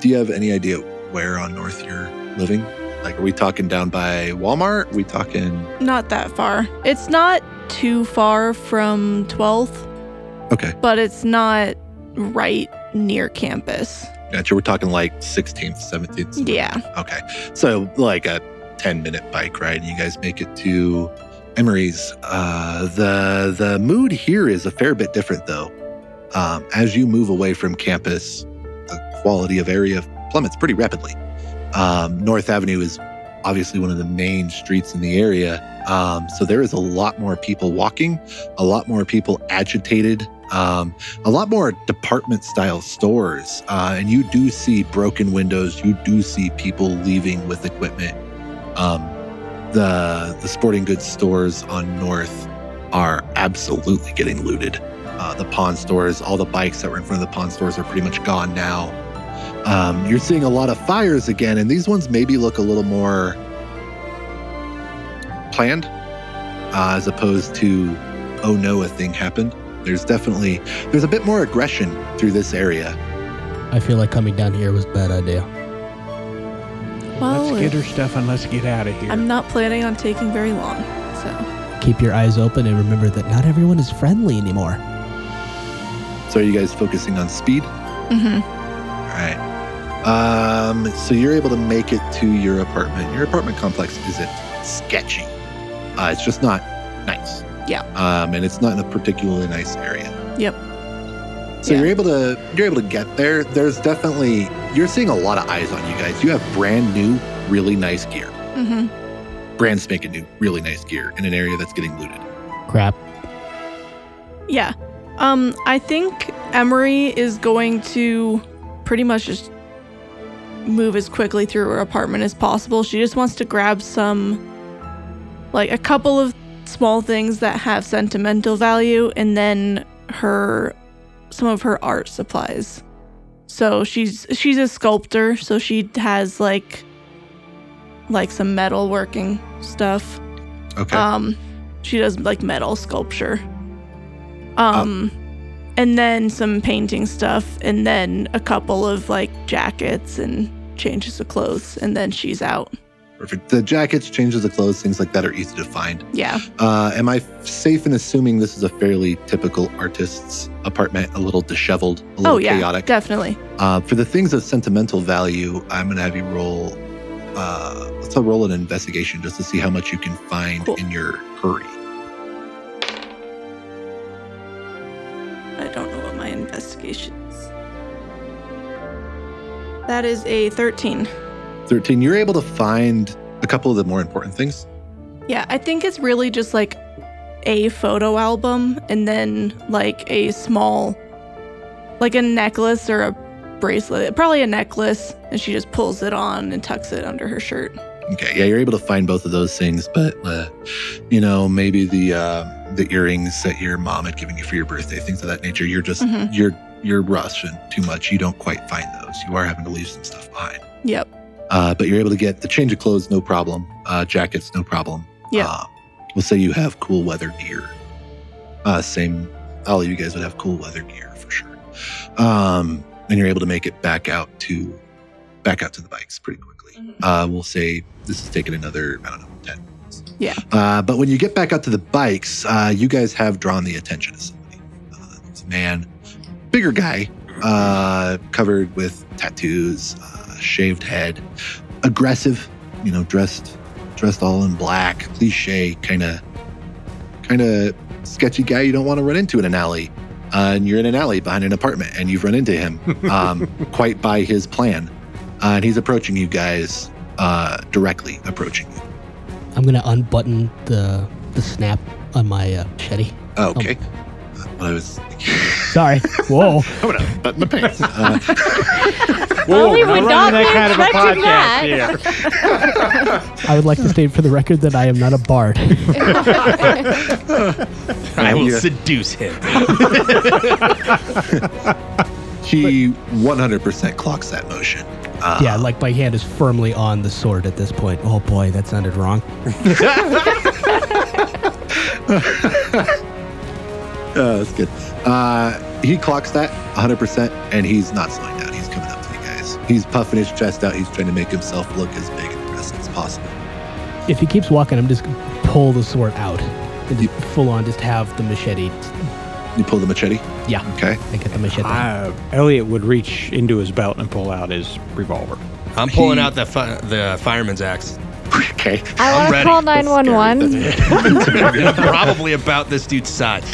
Speaker 2: do you have any idea where on North you're living? Like, are we talking down by Walmart? we talking.
Speaker 7: Not that far. It's not too far from 12th,
Speaker 2: Okay,
Speaker 7: but it's not right near campus.
Speaker 2: gotcha. We're talking like 16th, 17th. somewhere.
Speaker 7: Yeah.
Speaker 2: Okay. So, like a 10 minute bike ride, and you guys make it to Emery's. Uh, the, the mood here is a fair bit different, though. Um, as you move away from campus, the quality of area plummets pretty rapidly. Um, North Avenue is obviously one of the main streets in the area. Um, so, there is a lot more people walking, a lot more people agitated. Um, a lot more department style stores. Uh, and you do see broken windows. You do see people leaving with equipment. Um, the, the sporting goods stores on North are absolutely getting looted. Uh, the pawn stores, all the bikes that were in front of the pawn stores are pretty much gone now. Um, you're seeing a lot of fires again, and these ones maybe look a little more planned uh, as opposed to, oh no, a thing happened. There's definitely there's a bit more aggression through this area.
Speaker 6: I feel like coming down here was a bad idea.
Speaker 7: Well,
Speaker 4: Let's get her stuff and let's get out of here.
Speaker 7: I'm not planning on taking very long, so.
Speaker 6: Keep your eyes open and remember that not everyone is friendly anymore.
Speaker 2: So are you guys focusing on speed?
Speaker 7: Mm-hmm.
Speaker 2: All right. Um, so you're able to make it to your apartment. Your apartment complex isn't sketchy. Uh, it's just not nice.
Speaker 7: Yeah.
Speaker 2: Um, and it's not in a particularly nice area.
Speaker 7: Yep.
Speaker 2: So
Speaker 7: Yeah.
Speaker 2: you're able to you're able to get there. There's definitely you're seeing a lot of eyes on you guys. You have brand new, really nice gear.
Speaker 7: Mm-hmm.
Speaker 2: Brand spanking new, really nice gear in an area that's getting looted.
Speaker 6: Crap.
Speaker 7: Yeah. Um, I think Emery is going to pretty much just move as quickly through her apartment as possible. She just wants to grab some, like a couple of small things that have sentimental value, and then her, some of her art supplies. So she's she's a sculptor, so she has like, like some metal working stuff.
Speaker 2: Okay.
Speaker 7: Um, she does like metal sculpture. Um,
Speaker 2: Oh.
Speaker 7: and then some painting stuff, and then a couple of like jackets and changes of clothes, and then she's out.
Speaker 2: Perfect. The jackets, changes of clothes, things like that are easy to find.
Speaker 7: Yeah. Oh,
Speaker 2: Uh, am I safe in assuming this is a fairly typical artist's apartment? A little disheveled, a little
Speaker 7: oh, yeah.
Speaker 2: chaotic.
Speaker 7: Definitely.
Speaker 2: Uh, for the things of sentimental value, I'm going to have you roll. Uh, let's roll an investigation just to see how much you can find
Speaker 7: Cool.
Speaker 2: in your hurry.
Speaker 7: I don't know what my investigation is. That is a 13.
Speaker 2: 13, you're able to find a couple of the more important things.
Speaker 7: Yeah, I think it's really just like a photo album and then like a small, like a necklace or a bracelet. Probably a necklace. And she just pulls it on and tucks it under her shirt.
Speaker 2: Okay, yeah, you're able to find both of those things, but uh, you know, maybe the uh, the earrings that your mom had given you for your birthday, things of that nature. You're just
Speaker 7: Mhm.
Speaker 2: you're you're rushing too much. You don't quite find those. You are having to leave some stuff behind.
Speaker 7: Yep.
Speaker 2: Uh, but you're able to get the change of clothes, no problem. Uh, jackets, no problem.
Speaker 7: Yeah.
Speaker 2: Uh, we'll say you have cool weather gear. Uh, same, all of you guys would have cool weather gear for sure. Um, and you're able to make it back out to back out to the bikes pretty quickly.
Speaker 7: Mm-hmm.
Speaker 2: Uh, we'll say this is taking another, I don't know, 10 minutes.
Speaker 7: Yeah.
Speaker 2: Uh, but when you get back out to the bikes, uh, you guys have drawn the attention of somebody. Uh, there's a man, bigger guy, uh, covered with tattoos, uh, shaved head, aggressive, you know, dressed dressed all in black, cliche, kind of kind of sketchy guy you don't want to run into in an alley. Uh, and you're in an alley behind an apartment, and you've run into him um, quite by his plan. Uh, and he's approaching you guys uh, directly, approaching you.
Speaker 6: I'm gonna unbutton the the snap on my uh, machete.
Speaker 2: Oh,
Speaker 6: Oh,
Speaker 2: okay. Well, I was.
Speaker 6: sorry. Whoa.
Speaker 2: I'm gonna button my pants. Uh,
Speaker 3: Well, we
Speaker 4: we're
Speaker 3: would not be expecting
Speaker 4: Yeah.
Speaker 6: I would like to state for the record that I am not a bard.
Speaker 5: I will
Speaker 2: Yeah.
Speaker 5: seduce him.
Speaker 2: he 100% clocks that motion. Uh,
Speaker 6: yeah, like my hand is firmly on the sword at this point. Oh boy, that sounded wrong.
Speaker 2: Uh, that's good. Uh, he clocks that 100%, and he's not slowing down. He's coming up to you guys. He's puffing his chest out. He's trying to make himself look as big and impressive as possible.
Speaker 6: If he keeps walking, I'm just gonna pull the sword out and just full on just have the machete.
Speaker 2: You pull the machete.
Speaker 6: Yeah,
Speaker 2: Okay.
Speaker 6: I get the machete.
Speaker 4: Uh, Elliot would reach into his belt and pull out his revolver.
Speaker 5: I'm pulling out the fi- the fireman's axe.
Speaker 2: okay.
Speaker 3: I
Speaker 5: I'm
Speaker 3: want to
Speaker 5: ready.
Speaker 3: call
Speaker 2: That's scary.
Speaker 3: 911.
Speaker 5: Probably about this dude's size.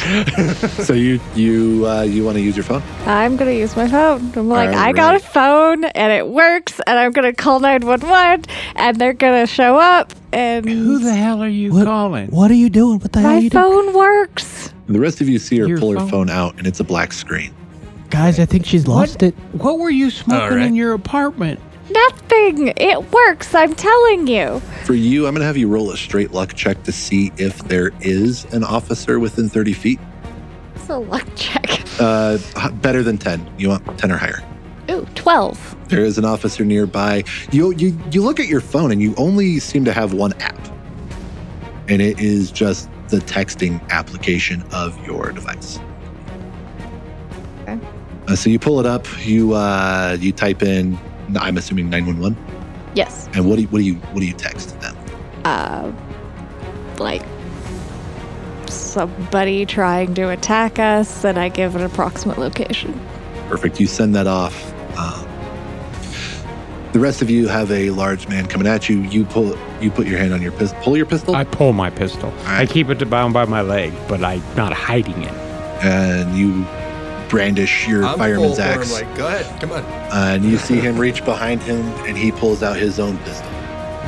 Speaker 2: so you you uh, you want to use your phone?
Speaker 3: I'm gonna use my phone. I'm like,
Speaker 2: All
Speaker 3: I got a
Speaker 2: right.
Speaker 3: phone and it works, and I'm gonna call 911, and they're gonna show up, and
Speaker 4: Who the hell are you calling?
Speaker 6: what are you doing? What the hell are
Speaker 3: my
Speaker 6: you doing?
Speaker 3: phone works.
Speaker 2: The rest of you see her
Speaker 4: Your
Speaker 2: pull her
Speaker 4: phone.
Speaker 2: phone out, and it's a black screen.
Speaker 6: Guys, I think she's lost it.
Speaker 4: What were you smoking
Speaker 5: right.
Speaker 4: in your apartment?
Speaker 3: Nothing. It works. I'm telling you.
Speaker 2: For you, I'm gonna have you roll a straight luck check to see if there is an officer within 30 feet.
Speaker 3: It's a luck check.
Speaker 2: Uh, h- better than 10. You want 10 or higher.
Speaker 3: Ooh, 12.
Speaker 2: There is an officer nearby. You you you look at your phone and you only seem to have one app. And it is just the texting application of your device.
Speaker 3: Okay.
Speaker 2: Uh, so you pull it up, you uh, you type in I'm assuming 911
Speaker 3: Yes.
Speaker 2: and what do you, what do you what do you text to them?
Speaker 3: Uh, like somebody trying to attack us, and I give an approximate location.
Speaker 2: Perfect. You send that off. Um, the rest of you have a large man coming at you. You pull you put your hand on your pistol. Pull your pistol.
Speaker 4: I pull my pistol. I keep it bound by my leg, but I'm not hiding it.
Speaker 2: and you brandish your
Speaker 5: I'm
Speaker 2: fireman's
Speaker 5: full for him,
Speaker 2: axe.
Speaker 5: like, go ahead, come on.
Speaker 2: Uh, and you see him reach behind him, and he pulls out his own pistol,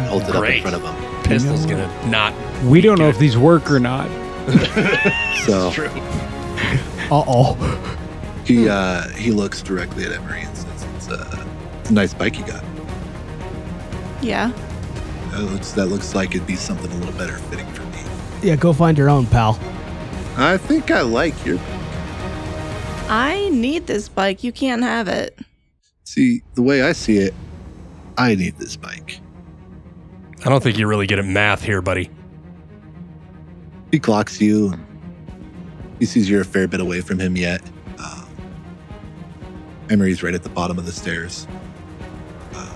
Speaker 2: holds it up in
Speaker 5: Great.
Speaker 2: front of him.
Speaker 5: Pistol's gonna not.
Speaker 4: We don't know if these work or not.
Speaker 2: So
Speaker 6: Uh oh.
Speaker 2: he uh, he looks directly at Emery and says, "It's a, it's a nice bike you got.
Speaker 7: Yeah.
Speaker 2: That looks that looks like it'd be something a little better fitting for me.
Speaker 6: Yeah, go find your own pal.
Speaker 2: I think I like your.
Speaker 7: I need this bike. You can't have it.
Speaker 2: See the way I see it, I need this bike."
Speaker 5: I don't think you're really good at math here, buddy.
Speaker 2: He clocks you. and He sees you're a fair bit away from him yet. Um, Emery's right at the bottom of the stairs. Uh,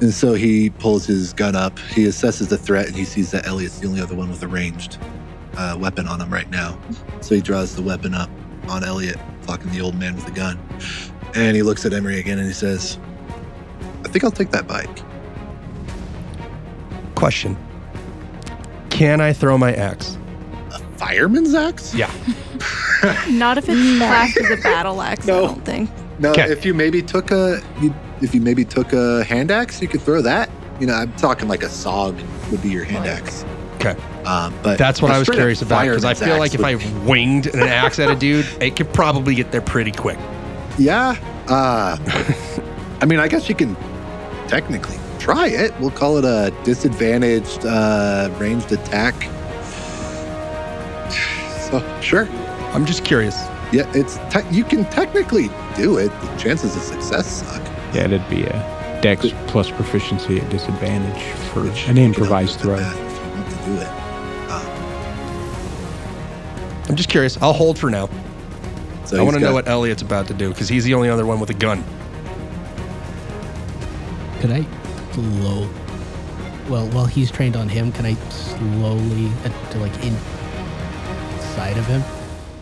Speaker 2: And so he pulls his gun up. He assesses the threat and he sees that Elliot's the only other one with a ranged uh, weapon on him right now. So he draws the weapon up on Elliot, fucking the old man with the gun. And he looks at Emery again and he says, I think I'll take that bike.
Speaker 5: Question Can I throw my axe?
Speaker 2: Fireman's axe?
Speaker 5: Yeah.
Speaker 7: Not if it's classed as a battle axe, I
Speaker 2: No.
Speaker 7: don't think.
Speaker 2: No,
Speaker 5: Okay.
Speaker 2: if you maybe took a you, if you maybe took a hand axe, you could throw that. You know, I'm talking like a sog would be your hand axe.
Speaker 5: Okay.
Speaker 2: Um, but
Speaker 5: That's what
Speaker 2: a
Speaker 5: I was
Speaker 2: straight-up
Speaker 5: curious about because I
Speaker 2: fireman's
Speaker 5: feel like
Speaker 2: axe
Speaker 5: if
Speaker 2: would
Speaker 5: I
Speaker 2: be-
Speaker 5: winged an axe at a dude, it could probably get there pretty quick.
Speaker 2: Yeah. Uh, I mean, I guess you can technically try it. We'll call it a disadvantaged uh, ranged attack. So sure.
Speaker 5: I'm just curious.
Speaker 2: Yeah, it's te- you can technically do it. The chances of success suck.
Speaker 4: Yeah, that'd be a dex plus proficiency at disadvantage for an improvised
Speaker 2: You know,
Speaker 4: throw.
Speaker 2: if you want to do it.
Speaker 5: I'm just curious. I'll hold for now.
Speaker 2: So
Speaker 5: I
Speaker 2: he's
Speaker 5: want to know
Speaker 2: got-
Speaker 5: what Elliot's about to do because he's the only other one with a gun.
Speaker 6: Could I slow? Well, while he's trained on him, can I slowly uh, to like inside of him?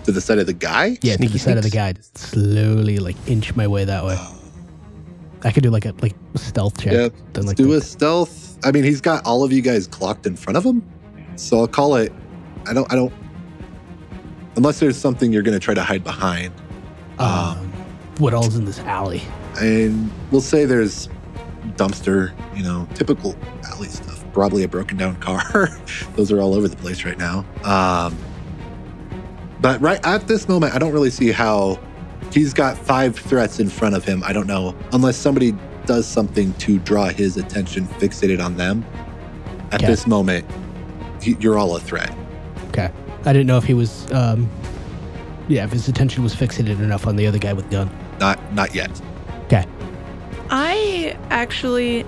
Speaker 2: to the side of the guy.
Speaker 6: Yeah, to
Speaker 5: Sneaky
Speaker 6: the side of the
Speaker 5: sneaks.
Speaker 6: guy, just slowly like inch my way that way. I could do like a like stealth check.
Speaker 2: Yep.
Speaker 6: Then, like,
Speaker 2: Let's do
Speaker 6: the-
Speaker 2: a stealth. I mean, he's got all of you guys clocked in front of him, so I'll call it. I don't. I don't. Unless there's something you're going to try to hide behind,
Speaker 6: um, what all's in this alley?
Speaker 2: and we'll say there's dumpster, you know, typical alley stuff. Probably a broken down car. Those are all over the place right now. Um, but right at this moment, I don't really see how he's got five threats in front of him. I don't know unless somebody does something to draw his attention, fixated on them. At
Speaker 6: Okay.
Speaker 2: this moment, he, you're all a threat.
Speaker 6: Okay, I didn't know if he was. Um, yeah, if his attention was fixated enough on the other guy with gun.
Speaker 2: Not not yet.
Speaker 7: I actually,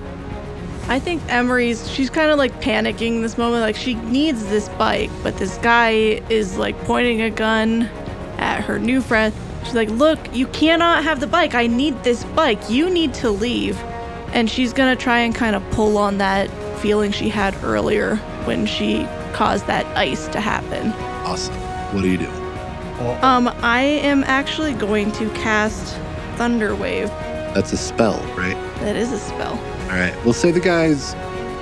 Speaker 7: I think Emery's, she's kind of like panicking this moment. Like, she needs this bike, but this guy is like pointing a gun at her new friend. She's like, Look, you cannot have the bike. I need this bike. You need to leave. And she's going to try and kind of pull on that feeling she had earlier when she caused that ice to happen.
Speaker 2: Awesome. What do you do?
Speaker 7: Um, I am actually going to cast Thunder Wave.
Speaker 2: That's a spell, right?
Speaker 7: That is a spell.
Speaker 2: All right. We'll say the guys.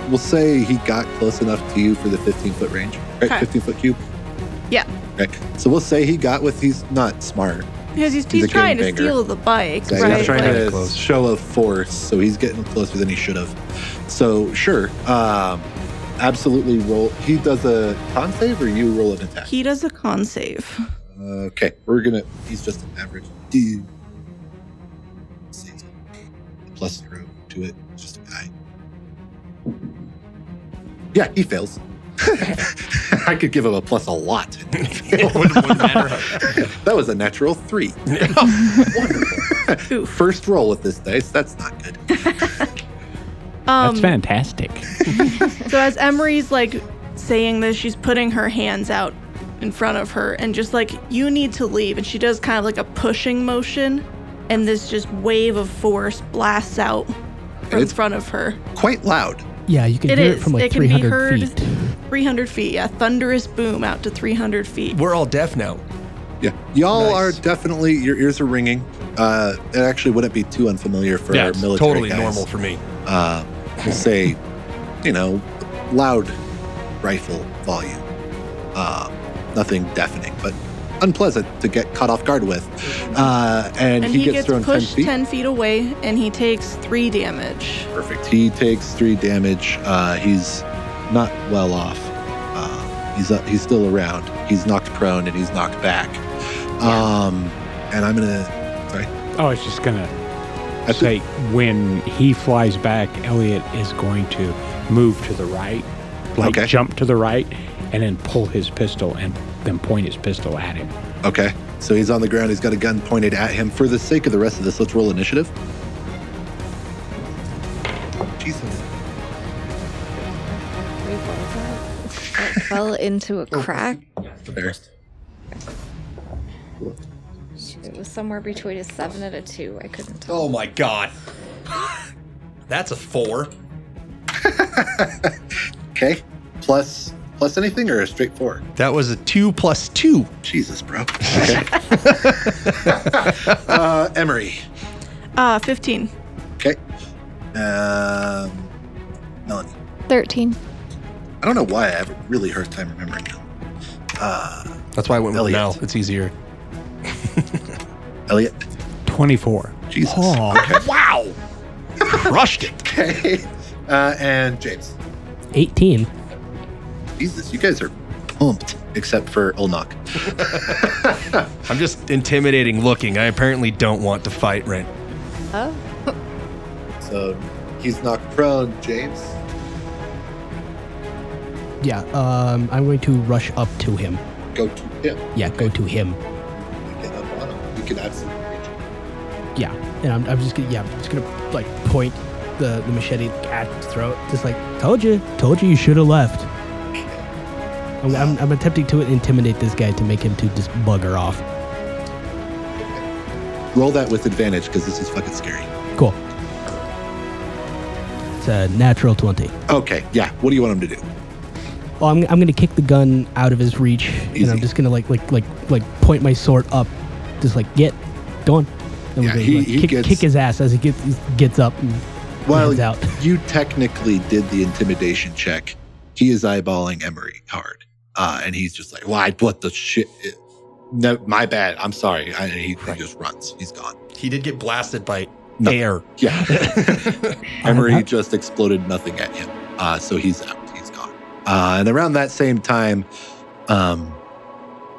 Speaker 2: We'll say he got close enough to you for the 15 foot range, right?
Speaker 7: Okay.
Speaker 2: 15 foot cube.
Speaker 7: Yeah.
Speaker 2: Okay. So we'll say he got with. He's not smart.
Speaker 7: Because he's,
Speaker 2: He's
Speaker 7: he's,
Speaker 2: a
Speaker 7: trying to
Speaker 2: gangbanger.
Speaker 7: steal the bike,
Speaker 2: Okay?
Speaker 7: right?
Speaker 2: He's trying
Speaker 7: Like,
Speaker 2: to
Speaker 5: Close.
Speaker 2: show a force, so he's getting closer than he should have. So sure, um, absolutely roll. He does a con save, or you roll an attack.
Speaker 7: he does a con save.
Speaker 2: okay, we're gonna. He's just an average dude. Save. Plus through to it. Just a guy. Yeah, he fails. I could give him a plus a lot.
Speaker 5: It wouldn't- wouldn't matter.
Speaker 2: that was a natural three. Wonderful.
Speaker 7: Oof.
Speaker 2: First roll with this dice. That's not good.
Speaker 7: Um,
Speaker 4: That's fantastic.
Speaker 7: so as Emery's like saying this, she's putting her hands out in front of her and just like, you need to leave. And she does kind of like a pushing motion, and this just wave of force blasts out from in
Speaker 2: it's-
Speaker 7: front of her.
Speaker 2: Quite loud.
Speaker 6: Yeah, you can
Speaker 7: It
Speaker 6: hear it
Speaker 7: is.
Speaker 6: from like
Speaker 7: It can be
Speaker 6: 300
Speaker 7: heard.
Speaker 6: feet.
Speaker 7: 300 feet, yeah, thunderous boom out to 300 feet.
Speaker 5: We're all deaf now.
Speaker 2: Yeah, y'all
Speaker 5: Nice.
Speaker 2: are definitely your ears are ringing. Uh, it actually wouldn't be too unfamiliar for
Speaker 5: yeah,
Speaker 2: our
Speaker 5: it's
Speaker 2: military
Speaker 5: totally
Speaker 2: guys.
Speaker 5: normal for me.
Speaker 2: uh, we'll say, you know, loud rifle volume. Uh, nothing deafening, but unpleasant to get caught off guard with. Uh, and,
Speaker 7: Mm-hmm. And, he,
Speaker 2: gets,
Speaker 7: gets,
Speaker 2: thrown 10
Speaker 7: pushed
Speaker 2: feet.
Speaker 7: 10 feet away, and he takes three damage.
Speaker 2: Perfect. He takes three damage. Uh, he's not well off. Uh, he's uh, he's still around. He's knocked prone and he's knocked back. Um, and I'm gonna.
Speaker 4: Oh, it's just gonna
Speaker 2: I think
Speaker 4: say when he flies back, Elliot is going to move to the right, like
Speaker 2: Okay.
Speaker 4: jump to the right, and then pull his pistol and then point his pistol at him.
Speaker 2: Okay. So he's on the ground. He's got a gun pointed at him. For the sake of the rest of this, let's roll initiative. Jesus.
Speaker 3: fell into a crack.
Speaker 2: Fair.
Speaker 3: It was somewhere between a seven and a two. I couldn't tell.
Speaker 5: Oh my god. Oh That's a four.
Speaker 2: Okay. Plus plus anything or a straight four?
Speaker 5: That was a two plus two.
Speaker 2: Jesus, bro. Okay. uh, Emery.
Speaker 7: Uh, 15.
Speaker 2: Okay. Um, Melanie.
Speaker 3: 13.
Speaker 2: I don't know why I have a really hard time remembering now. Uh,
Speaker 5: That's why I went with
Speaker 2: Elliot.
Speaker 5: Mel. It's easier.
Speaker 2: Elliot.
Speaker 4: 24.
Speaker 2: Jesus.
Speaker 5: Wow. Crushed it.
Speaker 2: Okay. Uh, and James.
Speaker 6: 18.
Speaker 2: Jesus, you guys are pumped, except for Ulnok.
Speaker 5: I'm just intimidating looking. I apparently don't want to fight right
Speaker 3: Oh.
Speaker 2: So Um, he's knocked prone, James.
Speaker 6: Yeah, um, I'm going to rush up to him.
Speaker 2: Go to him.
Speaker 6: Yeah, go to him.
Speaker 2: Get up on him. You can absolutely reach him.
Speaker 6: Yeah, and I'm, I'm just gonna yeah, I'm just gonna like point the, the machete at his throat, just like told you, told you, you should have left. I'm, I'm, I'm attempting to intimidate this guy to make him to just bugger off.
Speaker 2: Roll that with advantage because this is fucking scary.
Speaker 6: Cool. It's a natural twenty.
Speaker 2: Okay, yeah. What do you want him to do?
Speaker 6: Well, I'm, I'm gonna kick the gun out of his reach, and
Speaker 2: Easy.
Speaker 6: I'm just gonna like like like like point my sword up, just like get going. And
Speaker 2: Yeah,
Speaker 6: we're gonna,
Speaker 2: he-
Speaker 6: like,
Speaker 2: he
Speaker 6: kick,
Speaker 2: gets-
Speaker 6: kick his ass as he gets he gets up. And
Speaker 2: Well,
Speaker 6: hands out.
Speaker 2: you technically did the intimidation check. He is eyeballing Emery hard, uh, and he's just like, "Why? What the shit? It- No, my bad. I'm sorry." I, he, he just runs. He's gone.
Speaker 5: He did get blasted by
Speaker 2: No.
Speaker 5: air.
Speaker 2: Yeah.
Speaker 6: I-
Speaker 2: Emery
Speaker 6: I-
Speaker 2: just exploded nothing at him, uh, so he's out. He's gone. Uh, and around that same time, um,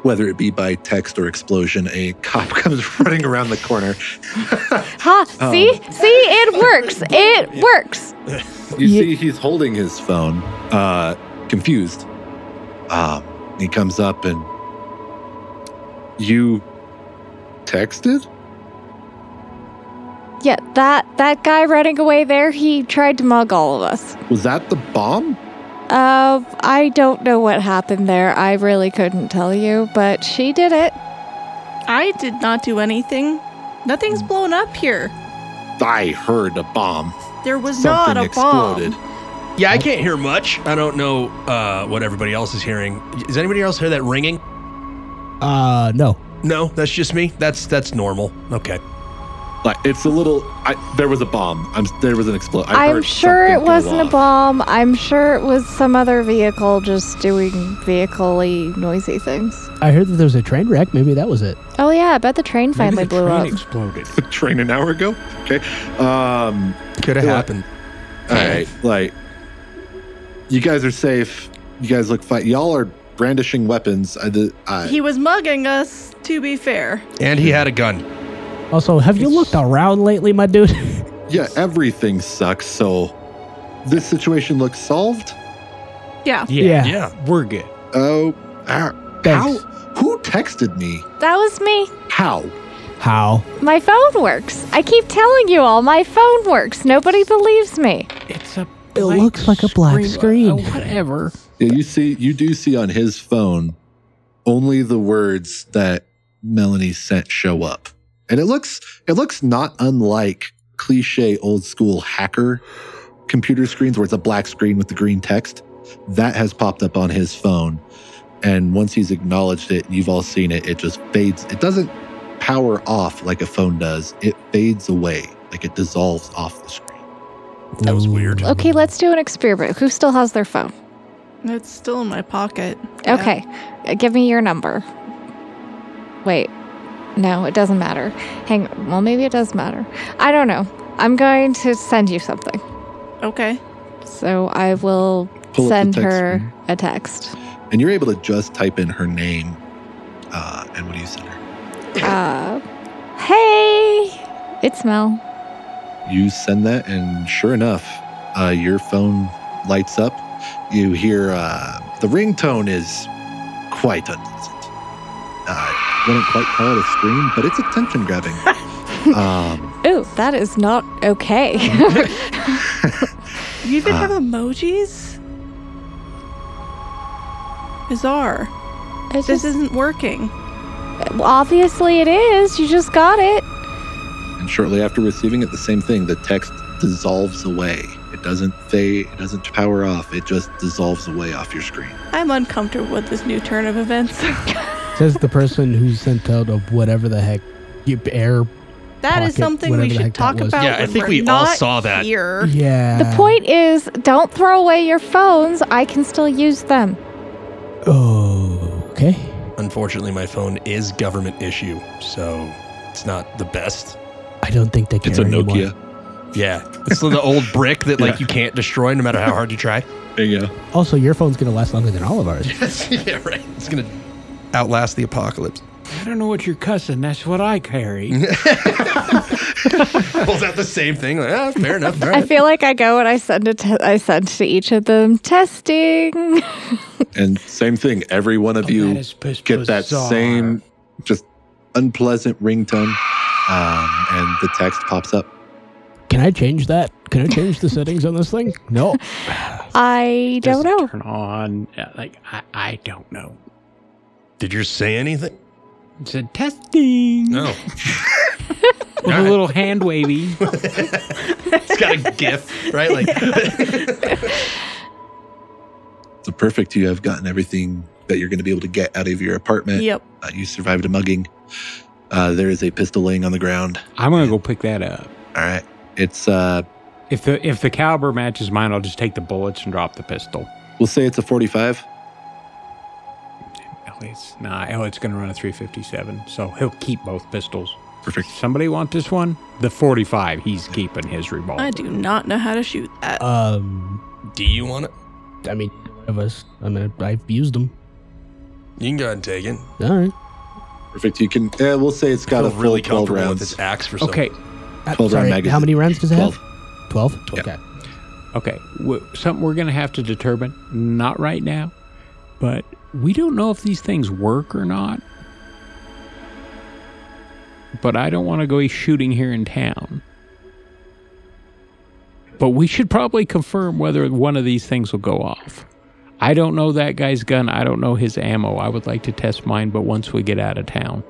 Speaker 2: whether it be by text or explosion, a cop comes running around the corner.
Speaker 3: Ha!
Speaker 4: Oh.
Speaker 3: See? See? It works! It works!
Speaker 2: You
Speaker 6: Ye-
Speaker 2: see, he's holding his phone, uh, confused. Um, he comes up and you texted.
Speaker 3: Yeah, that that guy running away there, he tried to mug all of us.
Speaker 2: Was that the bomb?
Speaker 3: Uh, I don't know what happened there. I really couldn't tell you, but she did it.
Speaker 7: I did not do anything.
Speaker 6: Hmm.
Speaker 7: Nothing's blown up here.
Speaker 2: I heard a bomb.
Speaker 7: There was
Speaker 2: Something
Speaker 7: not a
Speaker 2: exploded.
Speaker 7: bomb.
Speaker 5: Yeah, I can't hear much. I don't know uh, what everybody else is hearing. Does anybody else hear that ringing?
Speaker 6: Uh, no.
Speaker 5: No, that's just me. That's that's normal. Okay.
Speaker 2: Like it's a little. I, there was a bomb. I'm. There was an explosion.
Speaker 3: I'm sure it wasn't a bomb. I'm sure it was some other vehicle just doing vehicle y noisy things.
Speaker 6: I heard that there was a train wreck. Maybe that was it.
Speaker 3: Oh, yeah, I bet the train finally
Speaker 4: Maybe the
Speaker 3: blew
Speaker 4: train
Speaker 3: up.
Speaker 4: exploded.
Speaker 2: Train an hour ago. Okay. Um.
Speaker 5: Could have
Speaker 2: Yeah.
Speaker 5: happened.
Speaker 2: All right. Like, you guys are safe. You guys look fine. Y'all are brandishing weapons. I. The, I
Speaker 7: He was mugging us, to be fair.
Speaker 5: And he had a gun.
Speaker 6: Also, have you looked around lately, my dude?
Speaker 2: Yeah, everything sucks. So this situation looks solved.
Speaker 7: Yeah.
Speaker 6: Yeah.
Speaker 5: Yeah.
Speaker 4: We're good.
Speaker 2: Oh, ah, how?
Speaker 6: Thanks.
Speaker 2: Who texted me?
Speaker 3: That was me.
Speaker 2: How?
Speaker 6: How?
Speaker 3: My phone works. I keep telling you all, my phone works. Nobody believes me.
Speaker 4: It's a.
Speaker 6: It looks like a black screen.
Speaker 4: Uh, whatever.
Speaker 2: Yeah, you see, you do see on his phone only the words that Melanie sent show up, and it looks it looks not unlike cliche old school hacker computer screens where it's a black screen with the green text. That has popped up on his phone, and once he's acknowledged it, and you've all seen it. It just fades. It doesn't power off like a phone does. It fades away, like it dissolves off the screen.
Speaker 5: That was weird.
Speaker 3: Okay, let's do an experiment. Who still has their phone?
Speaker 7: It's still in my pocket. Yeah.
Speaker 3: Okay, uh, give me your number. Wait, no, it doesn't matter. Hang, well, maybe it does matter. I don't know. I'm going to send you something.
Speaker 7: Okay.
Speaker 3: So I will
Speaker 2: Pull up the
Speaker 3: send
Speaker 2: text
Speaker 3: her
Speaker 2: screen.
Speaker 3: a text.
Speaker 2: and you're able to just type in her name. Uh, and what do you send her?
Speaker 3: Uh, hey, it's Mel.
Speaker 2: You send that, and sure enough, uh, your phone lights up. You hear uh, the ringtone is quite unpleasant. Uh, wouldn't quite call it a scream, but it's attention grabbing. um,
Speaker 3: Ooh, that is not okay.
Speaker 7: You even
Speaker 2: Ah.
Speaker 7: have emojis? Bizarre.
Speaker 3: It's
Speaker 7: This
Speaker 3: just,
Speaker 7: isn't working.
Speaker 3: obviously, it is. You just got it.
Speaker 2: and shortly after receiving it, the same thing. The text dissolves away. It doesn't fade, it doesn't power off. It just dissolves away off your screen.
Speaker 7: I'm uncomfortable with this new turn of events.
Speaker 6: Says the person who sent out of whatever the heck you- air.
Speaker 7: That is
Speaker 6: Pocket,
Speaker 7: something we
Speaker 6: whatever the heck
Speaker 7: should
Speaker 6: that
Speaker 7: talk
Speaker 6: was.
Speaker 7: about.
Speaker 5: Yeah, I
Speaker 7: when
Speaker 5: think
Speaker 7: we're
Speaker 5: we all
Speaker 7: not
Speaker 5: saw that.
Speaker 7: Here.
Speaker 6: Yeah.
Speaker 2: Uh.
Speaker 3: The point is, don't throw away your phones. I can still use them.
Speaker 6: Oh, okay.
Speaker 5: Unfortunately, my phone is government issue, so it's not the best.
Speaker 6: I don't think they care
Speaker 2: It's a
Speaker 6: anymore.
Speaker 2: Nokia.
Speaker 5: Yeah, it's the old brick that like you can't destroy no matter how hard you try.
Speaker 2: There you go.
Speaker 6: Also, your phone's gonna last longer than all of ours.
Speaker 5: yeah, right. It's gonna outlast the apocalypse.
Speaker 4: I don't know what you're cussing. That's what I carry.
Speaker 5: Well, is that the same thing? Like, ah, fair enough. All
Speaker 3: I
Speaker 5: right.
Speaker 3: feel like I go and I send a te- I send to each of them testing.
Speaker 2: And same thing, every one of you get that same just unpleasant ringtone. Um, and the text pops up.
Speaker 6: Can I change that? Can I change the settings on this thing? No.
Speaker 3: I don't know.
Speaker 4: Turn on. Yeah, Like I, I don't know.
Speaker 5: Did you say anything?
Speaker 4: It said testing.
Speaker 5: No.
Speaker 4: With a little hand wavy.
Speaker 5: It's got a GIF, right? Like,
Speaker 2: So perfect. You have gotten everything that you're going to be able to get out of your apartment.
Speaker 7: Yep.
Speaker 2: Uh, you survived a mugging. Uh, there is a pistol laying on the ground.
Speaker 4: I'm gonna go pick that up.
Speaker 2: All right. It's uh,
Speaker 4: If the if the caliber matches mine, I'll just take the bullets and drop the pistol.
Speaker 2: we'll say it's a 45.
Speaker 4: Elliot's nah. Elliot's gonna run a 357, so he'll keep both pistols.
Speaker 2: Perfect.
Speaker 4: Somebody want this one? The 45. He's keeping his revolver.
Speaker 7: I do not know how to shoot that.
Speaker 6: Um,
Speaker 5: do you want it?
Speaker 6: I mean, one of us. I mean, I've used them.
Speaker 5: You can go ahead and take it.
Speaker 6: All right.
Speaker 2: Perfect. You can. Uh, we'll say it's
Speaker 5: I
Speaker 2: got a
Speaker 5: feel
Speaker 2: full
Speaker 5: really
Speaker 2: 12
Speaker 5: comfortable with
Speaker 2: rounds.
Speaker 5: this axe for some.
Speaker 4: Okay,
Speaker 6: Uh,
Speaker 2: 12 round
Speaker 6: sorry,
Speaker 2: magazine.
Speaker 6: How many rounds does it
Speaker 2: 12.
Speaker 6: have? Twelve. Okay.
Speaker 4: Okay, w- something we're going to have to determine, not right now, but we don't know if these things work or not. But I don't want to go shooting here in town. But we should probably confirm whether one of these things will go off. I don't know that guy's gun. I don't know his ammo. I would like to test mine, but once we get out of town.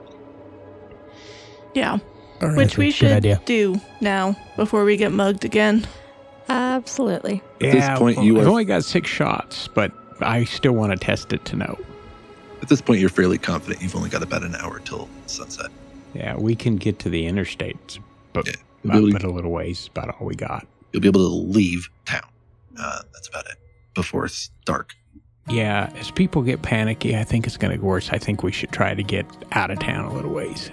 Speaker 7: yeah.
Speaker 6: All right.
Speaker 7: Which
Speaker 6: That's a
Speaker 7: we
Speaker 6: good
Speaker 7: should
Speaker 6: idea.
Speaker 7: do now before we get mugged again.
Speaker 3: Absolutely.
Speaker 2: At this point, you
Speaker 4: I've
Speaker 2: are-
Speaker 4: only got six shots, but I still want to test it to know.
Speaker 2: At this point, you're fairly confident you've only got about an hour till sunset.
Speaker 4: Yeah, we can get to the interstate, but,
Speaker 2: Yeah,
Speaker 4: but,
Speaker 2: really-
Speaker 4: but a little ways. About all we got.
Speaker 2: You'll be able to leave town. Uh, that's about it before it's dark.
Speaker 4: Yeah, as people get panicky, I think it's going to get worse. I think we should try to get out of town a little ways.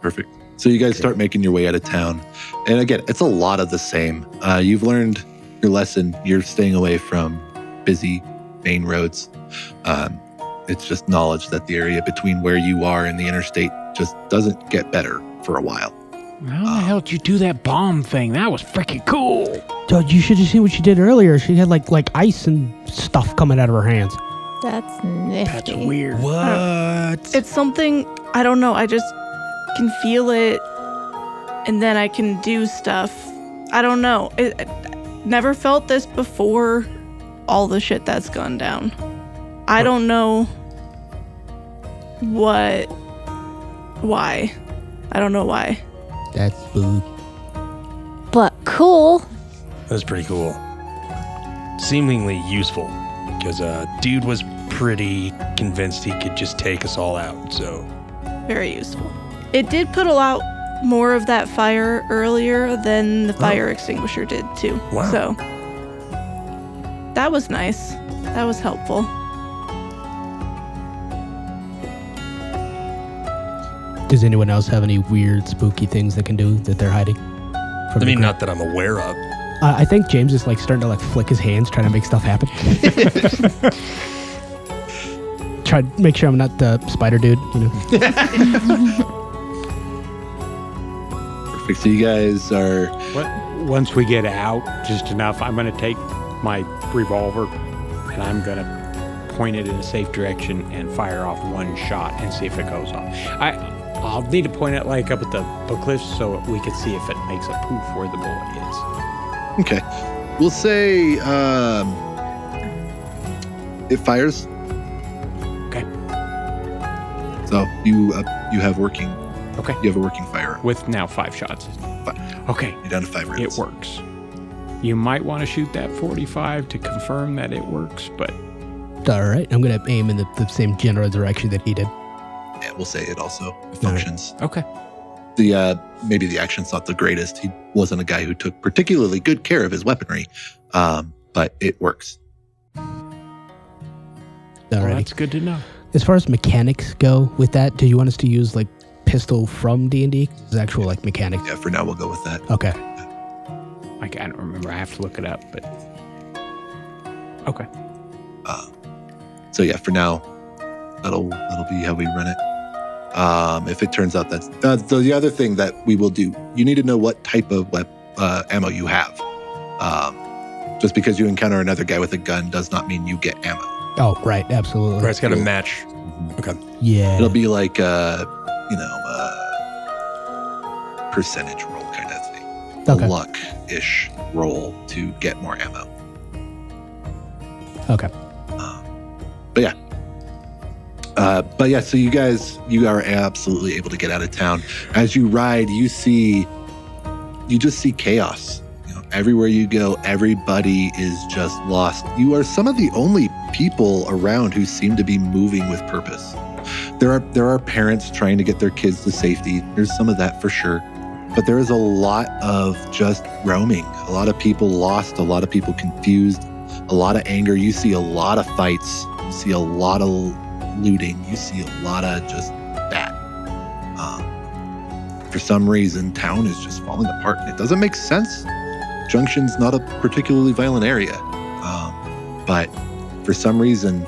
Speaker 2: Perfect. So you guys start making your way out of town, and again, it's a lot of the same. Uh, you've learned your lesson. You're staying away from busy main roads. Um, it's just knowledge that the area between where you are and the interstate just doesn't get better for a while.
Speaker 4: How
Speaker 2: Ah.
Speaker 4: the hell did you do that bomb thing? That was freaking cool.
Speaker 2: Oh,
Speaker 6: Dude, you should have seen what she did earlier. She had like like ice and stuff coming out of her hands.
Speaker 3: That's nifty.
Speaker 4: That's weird.
Speaker 5: What?
Speaker 7: It's something I don't know. I just can feel it, and then I can do stuff. I don't know. It, I never felt this before. All the shit that's gone down. I don't know what, why. I don't know why.
Speaker 6: That's boo.
Speaker 3: But cool.
Speaker 5: That's pretty cool. Seemingly useful, because uh, dude was pretty convinced he could just take us all out. So
Speaker 7: Very useful. It did put a lot more of that fire earlier than the fire extinguisher did too.
Speaker 5: Wow.
Speaker 7: So that was nice. That was helpful.
Speaker 6: Does anyone else have any weird, spooky things they can do that they're hiding? From
Speaker 5: I
Speaker 6: the
Speaker 5: mean,
Speaker 6: group?
Speaker 5: not that I'm aware of.
Speaker 6: Uh, I think James is like starting to like flick his hands, trying to make stuff happen. Try to make sure I'm not the spider dude. You know.
Speaker 2: Perfect. So you guys are
Speaker 4: What? Once we get out, just enough, I'm going to take my revolver and I'm going to point it in a safe direction and fire off one shot and see if it goes off. I, I'll need to point it like up at the book cliff so we can see if it makes a poof where the bullet hits.
Speaker 2: Okay. We'll say um, it fires.
Speaker 4: Okay.
Speaker 2: So you uh, you have working
Speaker 4: Okay.
Speaker 2: You have a working firearm.
Speaker 4: With now five shots. Okay,
Speaker 2: You're down to five rounds.
Speaker 4: it works. You might want to shoot that 45 to confirm that it works, but
Speaker 6: All right, I'm gonna aim in the, the same general direction that he did.
Speaker 2: Yeah, we'll say it also functions.
Speaker 4: okay.
Speaker 2: The uh, maybe the action's not the greatest. He wasn't a guy who took particularly good care of his weaponry, um, but it works.
Speaker 6: All
Speaker 4: Well,
Speaker 6: right.
Speaker 4: that's good to know.
Speaker 6: As far as mechanics go with that, do you want us to use like pistol from D and D? It's actual like mechanics.
Speaker 2: Yeah, for now we'll go with that.
Speaker 6: Okay.
Speaker 4: I ca- I don't remember. I have to look it up, but okay.
Speaker 2: So yeah, for now, that'll that'll be how we run it. Um, if it turns out that's uh, so the other thing that we will do, you need to know what type of wep- uh, ammo you have. Um, just because you encounter another guy with a gun does not mean you get ammo.
Speaker 6: Oh, right. Absolutely.
Speaker 5: Right, it's got to match.
Speaker 6: Yeah.
Speaker 2: It'll be like uh, you know uh, percentage roll kind of thing,
Speaker 6: okay.
Speaker 2: luck ish roll to get more ammo.
Speaker 6: Okay.
Speaker 2: Um, but yeah. Uh, but yeah, so you guys, you are absolutely able to get out of town. As you ride, you see, you just see chaos. You know, everywhere you go, everybody is just lost. You are some of the only people around who seem to be moving with purpose. There are there are parents trying to get their kids to safety. There's some of that for sure, but there is a lot of just roaming. A lot of people lost. A lot of people confused a lot of anger. You see a lot of fights. You see a lot of looting. You see a lot of just that. Um, for some reason, town is just falling apart, and it doesn't make sense. Junction's not a particularly violent area, um, but for some reason,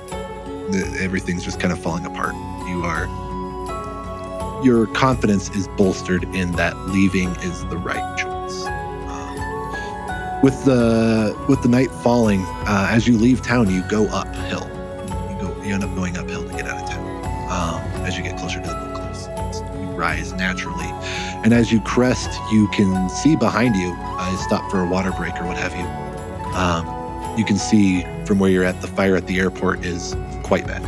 Speaker 2: th- everything's just kind of falling apart. You are. Your confidence is bolstered in that leaving is the right choice. Um, with the with the night falling, uh, as you leave town, you go uphill. You go, you end up going uphill to get out of town. Um, as you get closer to the book cliffs, It's- you rise naturally, and as you crest, you can see behind you. I stop for a water break or what have you. Um, you can see from where you're at, the fire at the airport is quite bad.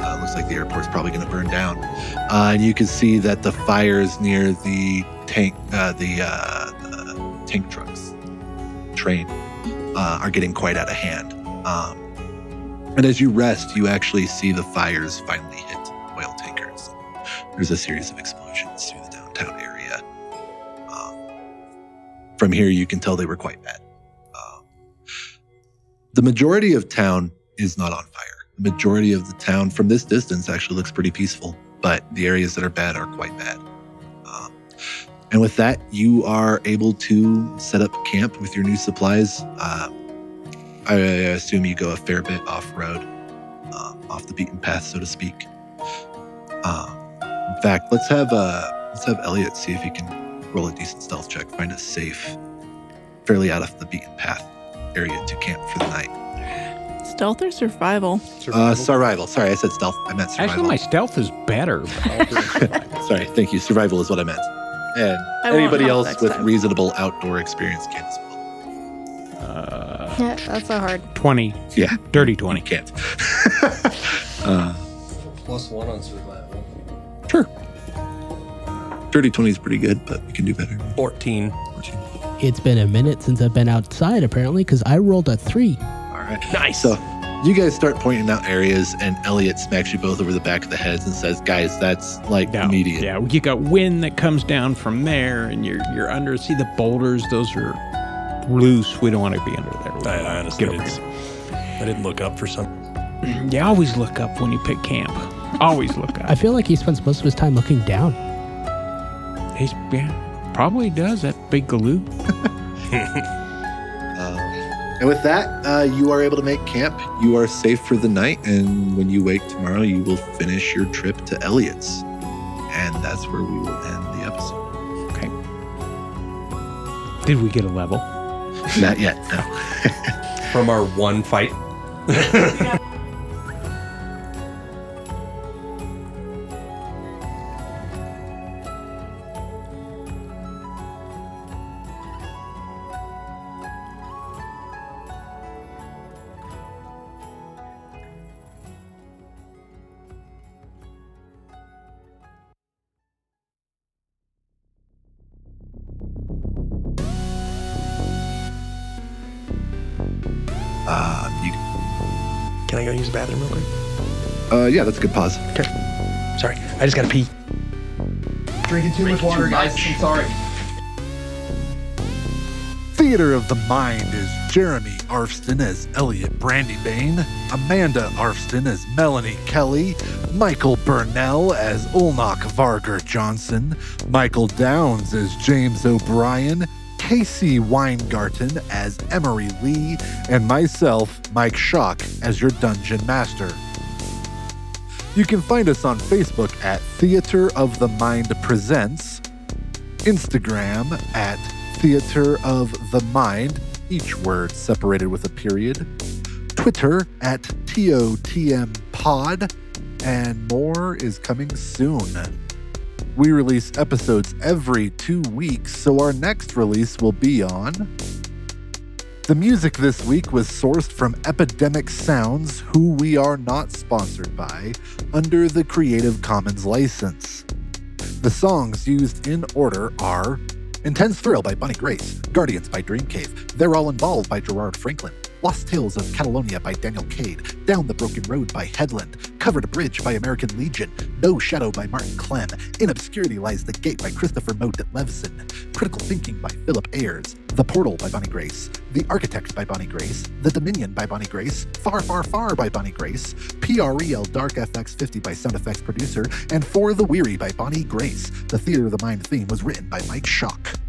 Speaker 2: Uh, looks like the airport's probably going to burn down, uh, and you can see that the fires near the tank, uh, the uh, uh, tank trucks train uh, are getting quite out of hand. Um, and as you rest, you actually see the fires finally hit oil tankers. There's a series of explosions through the downtown area. Um, from here, you can tell they were quite bad. Um, the majority of town is not on fire. The majority of the town from this distance actually looks pretty peaceful, but the areas that are bad are quite bad. Um, and with that, you are able to set up camp with your new supplies. Uh, I I assume you go a fair bit off road, uh, off the beaten path, so to speak. Um, in fact, let's have uh, let's have Elliot see if he can roll a decent stealth check, find a safe, fairly out of the beaten path area to camp for the night.
Speaker 7: Stealth or survival?
Speaker 2: Uh, survival. Sorry, I said stealth. I meant survival.
Speaker 4: Actually, my stealth is better.
Speaker 2: Sorry, thank you. Survival is what I meant. And
Speaker 7: I won't
Speaker 2: anybody
Speaker 7: help
Speaker 2: else
Speaker 7: next
Speaker 2: with
Speaker 7: time.
Speaker 2: reasonable outdoor experience can as well.
Speaker 4: uh,
Speaker 3: Yeah, that's so hard.
Speaker 4: 20.
Speaker 2: Yeah.
Speaker 4: Dirty 20.
Speaker 2: can't. uh,
Speaker 5: Plus one on survival.
Speaker 2: dirty 20 is pretty good, but we can do better.
Speaker 5: 14.
Speaker 6: It's been a minute since I've been outside apparently because I rolled a three.
Speaker 2: All right.
Speaker 5: Nice.
Speaker 2: So you guys start pointing out areas, and Elliot smacks you both over the back of the heads and says, Guys, that's like
Speaker 4: No,
Speaker 2: immediate.
Speaker 4: Yeah, you got wind that comes down from there, and you're you're under. See the boulders; those are loose. We don't want to be under there.
Speaker 5: I, I honestly
Speaker 4: Get over
Speaker 5: didn't. I didn't look up for some.
Speaker 4: You always look up when you pick camp. Always look
Speaker 6: I
Speaker 4: up.
Speaker 6: feel like he spends most of his time looking down.
Speaker 4: He's yeah, probably does that big galoo.
Speaker 2: Um, and with that, uh, you are able to make camp. You are safe for the night, and when you wake tomorrow, you will finish your trip to Elliot's. And that's where we will end the episode.
Speaker 4: Did we get a level?
Speaker 2: Not yet, no.
Speaker 5: From our one fight.
Speaker 9: Can I go use the bathroom real quick?
Speaker 2: Uh, yeah, that's a good pause.
Speaker 9: Sorry, I just gotta pee.
Speaker 10: Drinking too much water, guys. I'm sorry.
Speaker 1: Theater of the Mind is Jeremy Arfston as Elliot Brandybane, Amanda Arfston as Melanie Kelly, Michael Burnell as Ulnach Varger Johnson, Michael Downs as James O'Brien, Casey Weingarten as Emery Lee, and myself, Mike Shock, as your Dungeon Master. You can find us on Facebook at Theater of the Mind Presents, Instagram at Theater of the Mind, each word separated with a period, Twitter at TOTM Pod, and more is coming soon. We release episodes every two weeks, so our next release will be on. The music this week was sourced from Epidemic Sounds, who we are not sponsored by, under the Creative Commons license. The songs used in order are Intense Thrill by Bonnie Grace, Guardians by Dream Cave, They're All Involved by Gerard Franklin, Lost Tales of Catalonia by Daniel Cade, Down the Broken Road by Headland, Covered a Bridge by American Legion, No Shadow by Martin Clem, In Obscurity Lies the Gate by Christopher Modet Levison, Critical Thinking by Philip Ayers, The Portal by Bonnie Grace, The Architect by Bonnie Grace, The Dominion by Bonnie Grace, Far Far Far by Bonnie Grace, PREL Dark FX50 by Sound Effects Producer, and For the Weary by Bonnie Grace. The Theater of the Mind theme was written by Mike Shock.